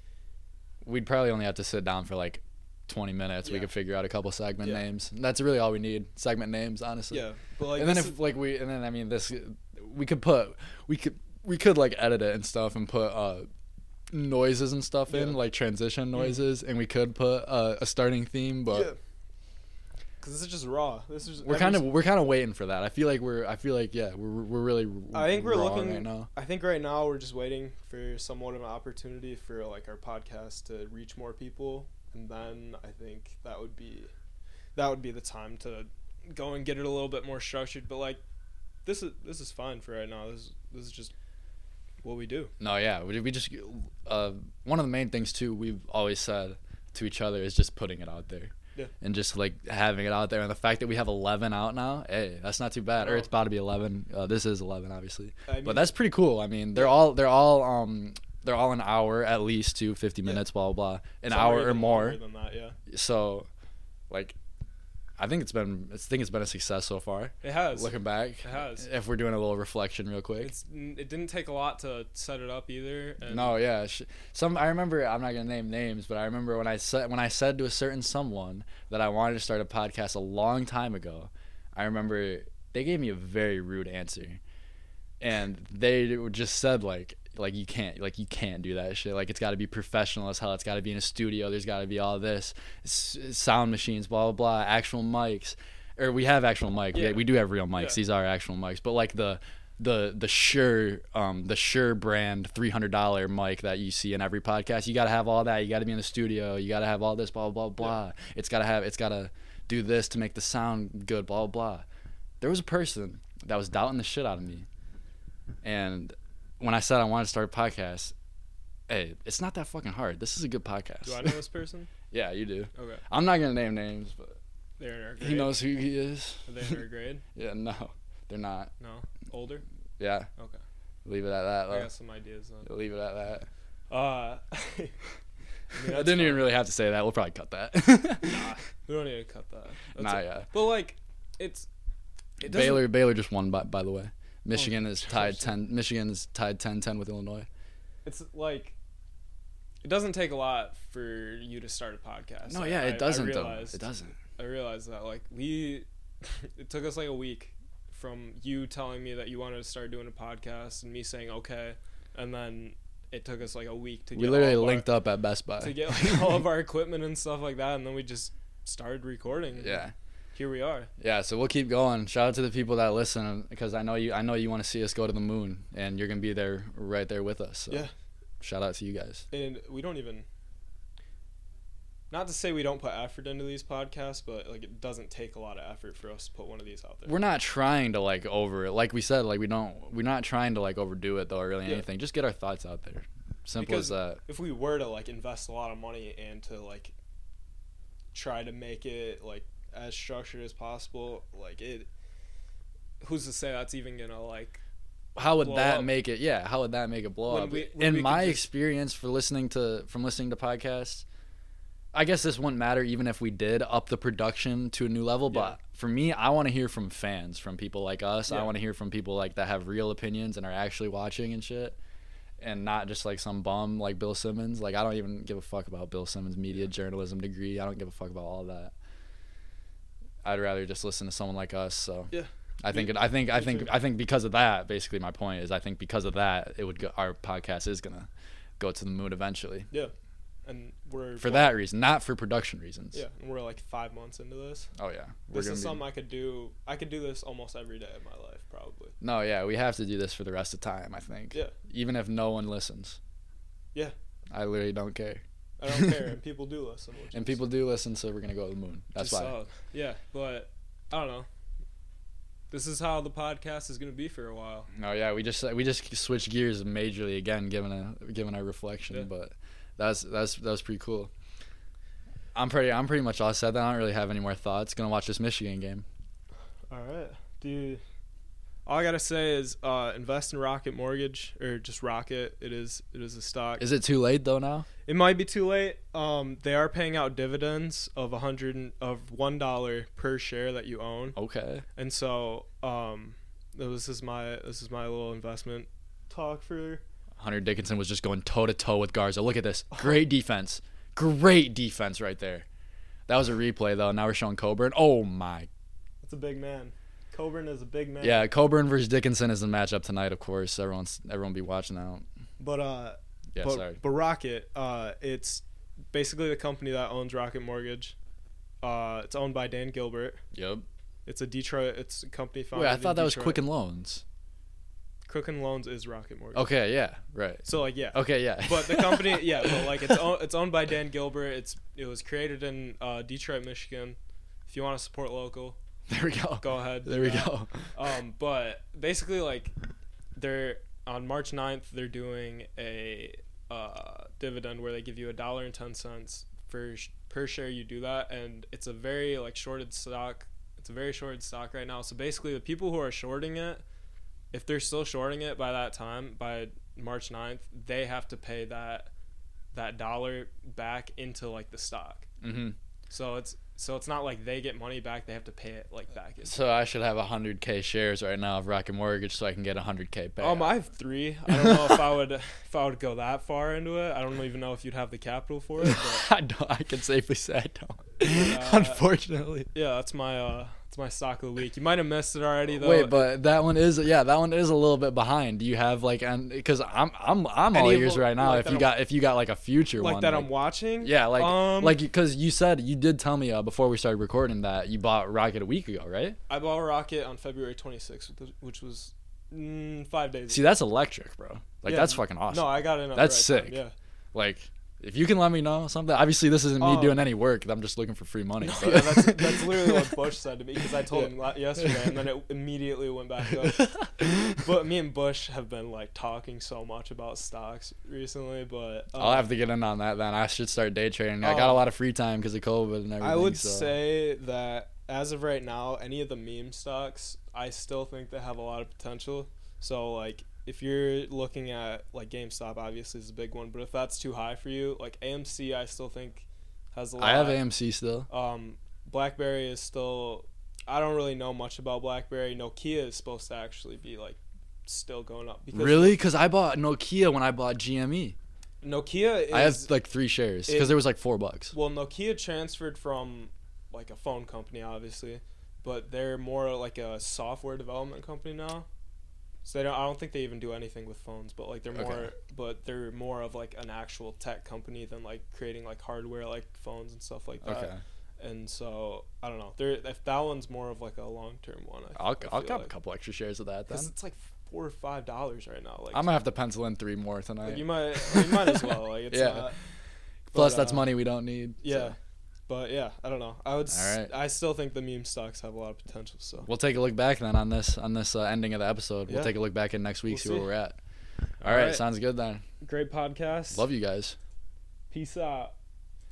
[SPEAKER 2] we'd probably only have to sit down for like 20 minutes. We
[SPEAKER 1] Yeah.
[SPEAKER 2] could figure out a couple segment
[SPEAKER 1] Yeah.
[SPEAKER 2] names. And that's really all we need. Segment names, honestly.
[SPEAKER 1] yeah but like
[SPEAKER 2] and then
[SPEAKER 1] this
[SPEAKER 2] if like we and then I mean this we could put we could we could like edit it and stuff and put uh noises and stuff in
[SPEAKER 1] Yeah. Mm-hmm.
[SPEAKER 2] like transition noises and we could put uh, a starting theme but
[SPEAKER 1] is, because this is just raw this is
[SPEAKER 2] we're
[SPEAKER 1] every
[SPEAKER 2] kind of
[SPEAKER 1] s-
[SPEAKER 2] we're kind of waiting for that i feel like we're i feel like yeah we're, we're really
[SPEAKER 1] I think we're
[SPEAKER 2] raw
[SPEAKER 1] looking-
[SPEAKER 2] right now
[SPEAKER 1] I think right now we're just waiting for somewhat of an opportunity for like our podcast to reach more people, and then I think that would be that would be the time to go and get it a little bit more structured. But like this is this is fine for right now. This is, this is just what we do.
[SPEAKER 2] No, yeah, we, we just uh, one of the main things too we've always said to each other is just putting it out there,
[SPEAKER 1] Yeah.
[SPEAKER 2] and just like having it out there. And the fact that we have eleven out now, hey, that's not too bad. Or
[SPEAKER 1] No.
[SPEAKER 2] it's about to be eleven. Uh, this is eleven, obviously,
[SPEAKER 1] Oh. I mean,
[SPEAKER 2] but that's pretty cool. I mean, they're all they're all um they're all an hour at least to fifty
[SPEAKER 1] Yeah.
[SPEAKER 2] minutes, blah blah, blah an
[SPEAKER 1] some are
[SPEAKER 2] hour or
[SPEAKER 1] even
[SPEAKER 2] more.
[SPEAKER 1] longer than that. Yeah,
[SPEAKER 2] So, like, I think it's been I think it's been a success so far.
[SPEAKER 1] It has.
[SPEAKER 2] Looking back,
[SPEAKER 1] It has.
[SPEAKER 2] If we're doing a little reflection real quick,
[SPEAKER 1] It's n- it didn't take a lot to set it up either. And
[SPEAKER 2] no, yeah, sh- some I remember. I'm not gonna name names, but I remember when I said when I said to a certain someone that I wanted to start a podcast a long time ago. I remember they gave me a very rude answer, and they just said like like you can't like you can't do that shit. Like it's got to be professional as hell. It's got to be in a studio. There's got to be all this s- sound machines, blah blah blah, actual mics. Or we have actual mics. Yeah.
[SPEAKER 1] Yeah.
[SPEAKER 2] we do have real mics.
[SPEAKER 1] Yeah.
[SPEAKER 2] These are actual mics, but like the the the sure um the sure brand three hundred dollar mic that you see in every podcast. You gotta have all that. You gotta be in the studio. You gotta have all this. Blah blah blah. It's gotta have. It's gotta do this to make the sound good. Blah blah. There was a person that was doubting the shit out of me, and when I said I wanted to start a podcast, hey, it's not that fucking hard. This is a good podcast.
[SPEAKER 1] do I
[SPEAKER 2] *laughs*
[SPEAKER 1] know this person?
[SPEAKER 2] yeah, you do.
[SPEAKER 1] Okay,
[SPEAKER 2] I'm not gonna name names, but
[SPEAKER 1] they're in our grade.
[SPEAKER 2] he knows who he is.
[SPEAKER 1] Are they in our grade?
[SPEAKER 2] *laughs* Yeah, no, they're not.
[SPEAKER 1] No, older.
[SPEAKER 2] Yeah.
[SPEAKER 1] Okay.
[SPEAKER 2] Leave it at that.
[SPEAKER 1] I
[SPEAKER 2] though.
[SPEAKER 1] got some ideas. Then.
[SPEAKER 2] Leave it at that.
[SPEAKER 1] Uh, *laughs* I, mean,
[SPEAKER 2] I
[SPEAKER 1] that's
[SPEAKER 2] didn't even
[SPEAKER 1] fine.
[SPEAKER 2] really have to say that. We'll probably cut that.
[SPEAKER 1] We don't need to cut that. That's
[SPEAKER 2] nah,
[SPEAKER 1] it.
[SPEAKER 2] yeah.
[SPEAKER 1] But like, it's
[SPEAKER 2] *laughs*
[SPEAKER 1] it doesn't- Oh,
[SPEAKER 2] Baylor, Baylor just won by, by the way. Michigan is tied
[SPEAKER 1] gosh.
[SPEAKER 2] 10 Michigan is tied 10-10 with Illinois.
[SPEAKER 1] It's like it doesn't take a lot for you to start a podcast.
[SPEAKER 2] No,
[SPEAKER 1] I-
[SPEAKER 2] yeah,
[SPEAKER 1] I-
[SPEAKER 2] it doesn't
[SPEAKER 1] I
[SPEAKER 2] though.
[SPEAKER 1] realized,
[SPEAKER 2] It doesn't.
[SPEAKER 1] I realized that like we, *laughs* it took us like a week from you telling me that you wanted to start doing a podcast and me saying okay, and then it took us like a week to
[SPEAKER 2] We
[SPEAKER 1] get
[SPEAKER 2] literally
[SPEAKER 1] all of our-
[SPEAKER 2] linked up at Best Buy.
[SPEAKER 1] *laughs* to get like
[SPEAKER 2] *laughs*
[SPEAKER 1] all of our equipment and stuff like that, and then we just started recording.
[SPEAKER 2] yeah.
[SPEAKER 1] here we are.
[SPEAKER 2] Yeah, so we'll keep going. Shout out to the people that listen because I know you I know you want to see us go to the moon and you're going to be there right there with us. So
[SPEAKER 1] Yeah.
[SPEAKER 2] Shout out to you guys.
[SPEAKER 1] and we don't even not to say we don't put effort into these podcasts but like it doesn't take a lot of effort for us to put one of these out there
[SPEAKER 2] We're not trying to like over it. Like we said, like we don't we're not trying to like overdo it though or really
[SPEAKER 1] Yeah.
[SPEAKER 2] anything. Just get our thoughts out there. Simple
[SPEAKER 1] Because-
[SPEAKER 2] as that.
[SPEAKER 1] if we were to like invest a lot of money and to like try to make it like as structured as possible like it who's to say that's even gonna like
[SPEAKER 2] how would
[SPEAKER 1] blow
[SPEAKER 2] that
[SPEAKER 1] up.
[SPEAKER 2] make it yeah how would that make it blow
[SPEAKER 1] When
[SPEAKER 2] up
[SPEAKER 1] we- when we
[SPEAKER 2] in
[SPEAKER 1] could
[SPEAKER 2] my
[SPEAKER 1] just-
[SPEAKER 2] experience for listening to from listening to podcasts i guess this wouldn't matter even if we did up the production to a new level
[SPEAKER 1] Yeah.
[SPEAKER 2] but for me i want to hear from fans from people like us i
[SPEAKER 1] Yeah.
[SPEAKER 2] want to hear from people like that have real opinions and are actually watching and shit and not just like some bum like bill simmons like i don't even give a fuck about bill simmons media journalism degree i don't give a fuck about all that i'd rather just listen to someone like us so
[SPEAKER 1] Yeah.
[SPEAKER 2] I
[SPEAKER 1] Me-
[SPEAKER 2] think it, I think I
[SPEAKER 1] me
[SPEAKER 2] think
[SPEAKER 1] too.
[SPEAKER 2] I think because of that, basically, my point is I think because of that, it would go, our podcast is gonna go to the moon eventually
[SPEAKER 1] and we're
[SPEAKER 2] for that reason, not for production reasons.
[SPEAKER 1] yeah and we're like five months into this
[SPEAKER 2] Oh yeah.
[SPEAKER 1] this
[SPEAKER 2] gonna
[SPEAKER 1] is
[SPEAKER 2] be-
[SPEAKER 1] something i could do i could do this almost every day of my life probably
[SPEAKER 2] no, yeah, we have to do this for the rest of time. I think.
[SPEAKER 1] Yeah.
[SPEAKER 2] Even if no one listens.
[SPEAKER 1] Yeah.
[SPEAKER 2] I literally don't care,
[SPEAKER 1] i don't care and people do listen which
[SPEAKER 2] *laughs* and
[SPEAKER 1] is-
[SPEAKER 2] people do listen, so we're gonna go to the moon. That's
[SPEAKER 1] Just
[SPEAKER 2] why.
[SPEAKER 1] solid. Yeah, but I don't know. This is how the podcast is gonna be for a while.
[SPEAKER 2] No, Oh, yeah, we just we just switched gears majorly again, given a given our reflection.
[SPEAKER 1] Yeah.
[SPEAKER 2] But that's that's that was pretty cool. I'm pretty I'm pretty much all set. Then I don't really have any more thoughts. Gonna watch this Michigan game.
[SPEAKER 1] All right, dude. All I gotta say is uh, invest in Rocket Mortgage or just Rocket. It is it is a stock.
[SPEAKER 2] Is it too late though now?
[SPEAKER 1] it might be too late. Um, they are paying out dividends of a hundred and- of one dollar per share that you own,
[SPEAKER 2] Okay.
[SPEAKER 1] and so um, this is my this is my little investment talk for
[SPEAKER 2] Hunter Dickinson was just going toe to toe with Garza. Look at this.
[SPEAKER 1] *laughs*
[SPEAKER 2] Great defense. Great defense right there. That was a replay though. Now we're showing Coburn. Oh my
[SPEAKER 1] It's a big man. Coburn is a big man.
[SPEAKER 2] Yeah, Coburn versus Dickinson is the matchup tonight, of course. Everyone's everyone be watching out.
[SPEAKER 1] But uh,
[SPEAKER 2] Yeah,
[SPEAKER 1] but,
[SPEAKER 2] sorry.
[SPEAKER 1] but Rocket, uh, it's basically the company that owns Rocket Mortgage. Uh, it's owned by Dan Gilbert.
[SPEAKER 2] Yep.
[SPEAKER 1] It's a Detroit. It's a company founded.
[SPEAKER 2] Wait, I
[SPEAKER 1] in
[SPEAKER 2] thought that was
[SPEAKER 1] Detroit.
[SPEAKER 2] Quicken Loans.
[SPEAKER 1] Quicken Loans is Rocket Mortgage.
[SPEAKER 2] Okay, yeah, right.
[SPEAKER 1] So like yeah.
[SPEAKER 2] Okay, yeah.
[SPEAKER 1] But the
[SPEAKER 2] *laughs*
[SPEAKER 1] company, yeah, but like it's own, it's owned by Dan Gilbert. It's it was created in uh, Detroit, Michigan. If you want to support local,
[SPEAKER 2] There we
[SPEAKER 1] *laughs*
[SPEAKER 2] go.
[SPEAKER 1] go ahead. do
[SPEAKER 2] There we
[SPEAKER 1] that.
[SPEAKER 2] go.
[SPEAKER 1] Um, but basically, like, they're on March 9th, they're doing a uh, dividend where they give you a dollar and ten cents for sh- per share. You do that, and it's a very like shorted stock. It's a very shorted stock right now. So basically, the people who are shorting it, if they're still shorting it by that time, by March 9th, they have to pay that that dollar back into like the stock.
[SPEAKER 2] Mm-hmm.
[SPEAKER 1] So it's so it's not like they get money back; they have to pay it like back. It's-
[SPEAKER 2] So I should have 100k shares right now of Rocket Mortgage so I can get 100k back.
[SPEAKER 1] Um, I have three. I don't know if I would if I would go that far into it. I don't even know if you'd have the capital for it. But
[SPEAKER 2] *laughs* *laughs* I don't. I can safely say I don't.
[SPEAKER 1] Uh,
[SPEAKER 2] Unfortunately.
[SPEAKER 1] yeah, that's my uh, that's my stock of the week. You might have missed it already though.
[SPEAKER 2] Wait, but that one is yeah, that one is a little bit behind. Do you have like and because I'm I'm I'm all
[SPEAKER 1] Any of
[SPEAKER 2] ears
[SPEAKER 1] the-
[SPEAKER 2] right now.
[SPEAKER 1] like
[SPEAKER 2] if
[SPEAKER 1] that
[SPEAKER 2] you
[SPEAKER 1] I'm-
[SPEAKER 2] got if you got like a future
[SPEAKER 1] like
[SPEAKER 2] one,
[SPEAKER 1] that I'm watching.
[SPEAKER 2] yeah, like
[SPEAKER 1] um,
[SPEAKER 2] like because you said you did tell me uh, before we started recording that you bought Rocket a week ago, right?
[SPEAKER 1] I bought a rocket on February 26th, which- which was mm, five days.
[SPEAKER 2] See, that's electric, bro. Like
[SPEAKER 1] Yeah,
[SPEAKER 2] that's fucking awesome.
[SPEAKER 1] No, I got it. at the
[SPEAKER 2] That's
[SPEAKER 1] right time,
[SPEAKER 2] sick. Like if you can let me know something. Obviously, this isn't me
[SPEAKER 1] Oh.
[SPEAKER 2] doing any work. I'm just looking for free
[SPEAKER 1] *laughs*
[SPEAKER 2] money.
[SPEAKER 1] yeah.
[SPEAKER 2] but-
[SPEAKER 1] yeah, that's
[SPEAKER 2] *laughs*
[SPEAKER 1] that's literally what Bush said to me because I told
[SPEAKER 2] Yeah.
[SPEAKER 1] him la- yesterday, and
[SPEAKER 2] *laughs*
[SPEAKER 1] then it immediately went back up. But me and Bush have been like talking so much about stocks recently, but um,
[SPEAKER 2] I'll have to get in on that then. I should start day trading. I got a
[SPEAKER 1] Oh.
[SPEAKER 2] lot of free time because of COVID and everything.
[SPEAKER 1] I would
[SPEAKER 2] so-
[SPEAKER 1] say that as of right now, any of the meme stocks, I still think they have a lot of potential. So like if you're looking at like GameStop obviously is a big one, but if that's too high for you, like AMC I still think has a lot.
[SPEAKER 2] I have AMC still.
[SPEAKER 1] um BlackBerry is still I don't really know much about BlackBerry. Nokia is supposed to actually be like still going up because
[SPEAKER 2] Really? Because I bought Nokia when I bought GME.
[SPEAKER 1] Nokia is
[SPEAKER 2] I have like three shares
[SPEAKER 1] it-
[SPEAKER 2] because there was like four bucks.
[SPEAKER 1] Well, Nokia transferred from like a phone company, obviously, but they're more like a software development company now. So they don't, I don't think they even do anything with phones, but like they're
[SPEAKER 2] Okay.
[SPEAKER 1] more, but they're more of like an actual tech company than like creating like hardware like phones and stuff like that.
[SPEAKER 2] Okay,
[SPEAKER 1] And so I don't know. There, if that one's more of like a long term one, I,
[SPEAKER 2] I'll
[SPEAKER 1] I
[SPEAKER 2] I'll
[SPEAKER 1] feel
[SPEAKER 2] grab a
[SPEAKER 1] like.
[SPEAKER 2] couple extra shares of that then.
[SPEAKER 1] 'Cause it's like four or five dollars right now. Like,
[SPEAKER 2] I'm gonna have to pencil in three more tonight.
[SPEAKER 1] like, you might, you might as well. Like, it's
[SPEAKER 2] *laughs* Yeah.
[SPEAKER 1] not,
[SPEAKER 2] Plus,
[SPEAKER 1] but,
[SPEAKER 2] that's
[SPEAKER 1] uh,
[SPEAKER 2] money we don't need. so.
[SPEAKER 1] Yeah. But yeah, I don't know. I would. s
[SPEAKER 2] Alright.
[SPEAKER 1] I still think the meme stocks have a lot of potential. So
[SPEAKER 2] We'll take a look back then on this on this uh, ending of the episode. We'll
[SPEAKER 1] Yeah.
[SPEAKER 2] take a look back in next week,
[SPEAKER 1] We'll
[SPEAKER 2] see where
[SPEAKER 1] see.
[SPEAKER 2] we're at. All
[SPEAKER 1] All
[SPEAKER 2] right,
[SPEAKER 1] right.
[SPEAKER 2] sounds good then.
[SPEAKER 1] great podcast.
[SPEAKER 2] Love you guys.
[SPEAKER 1] Peace out.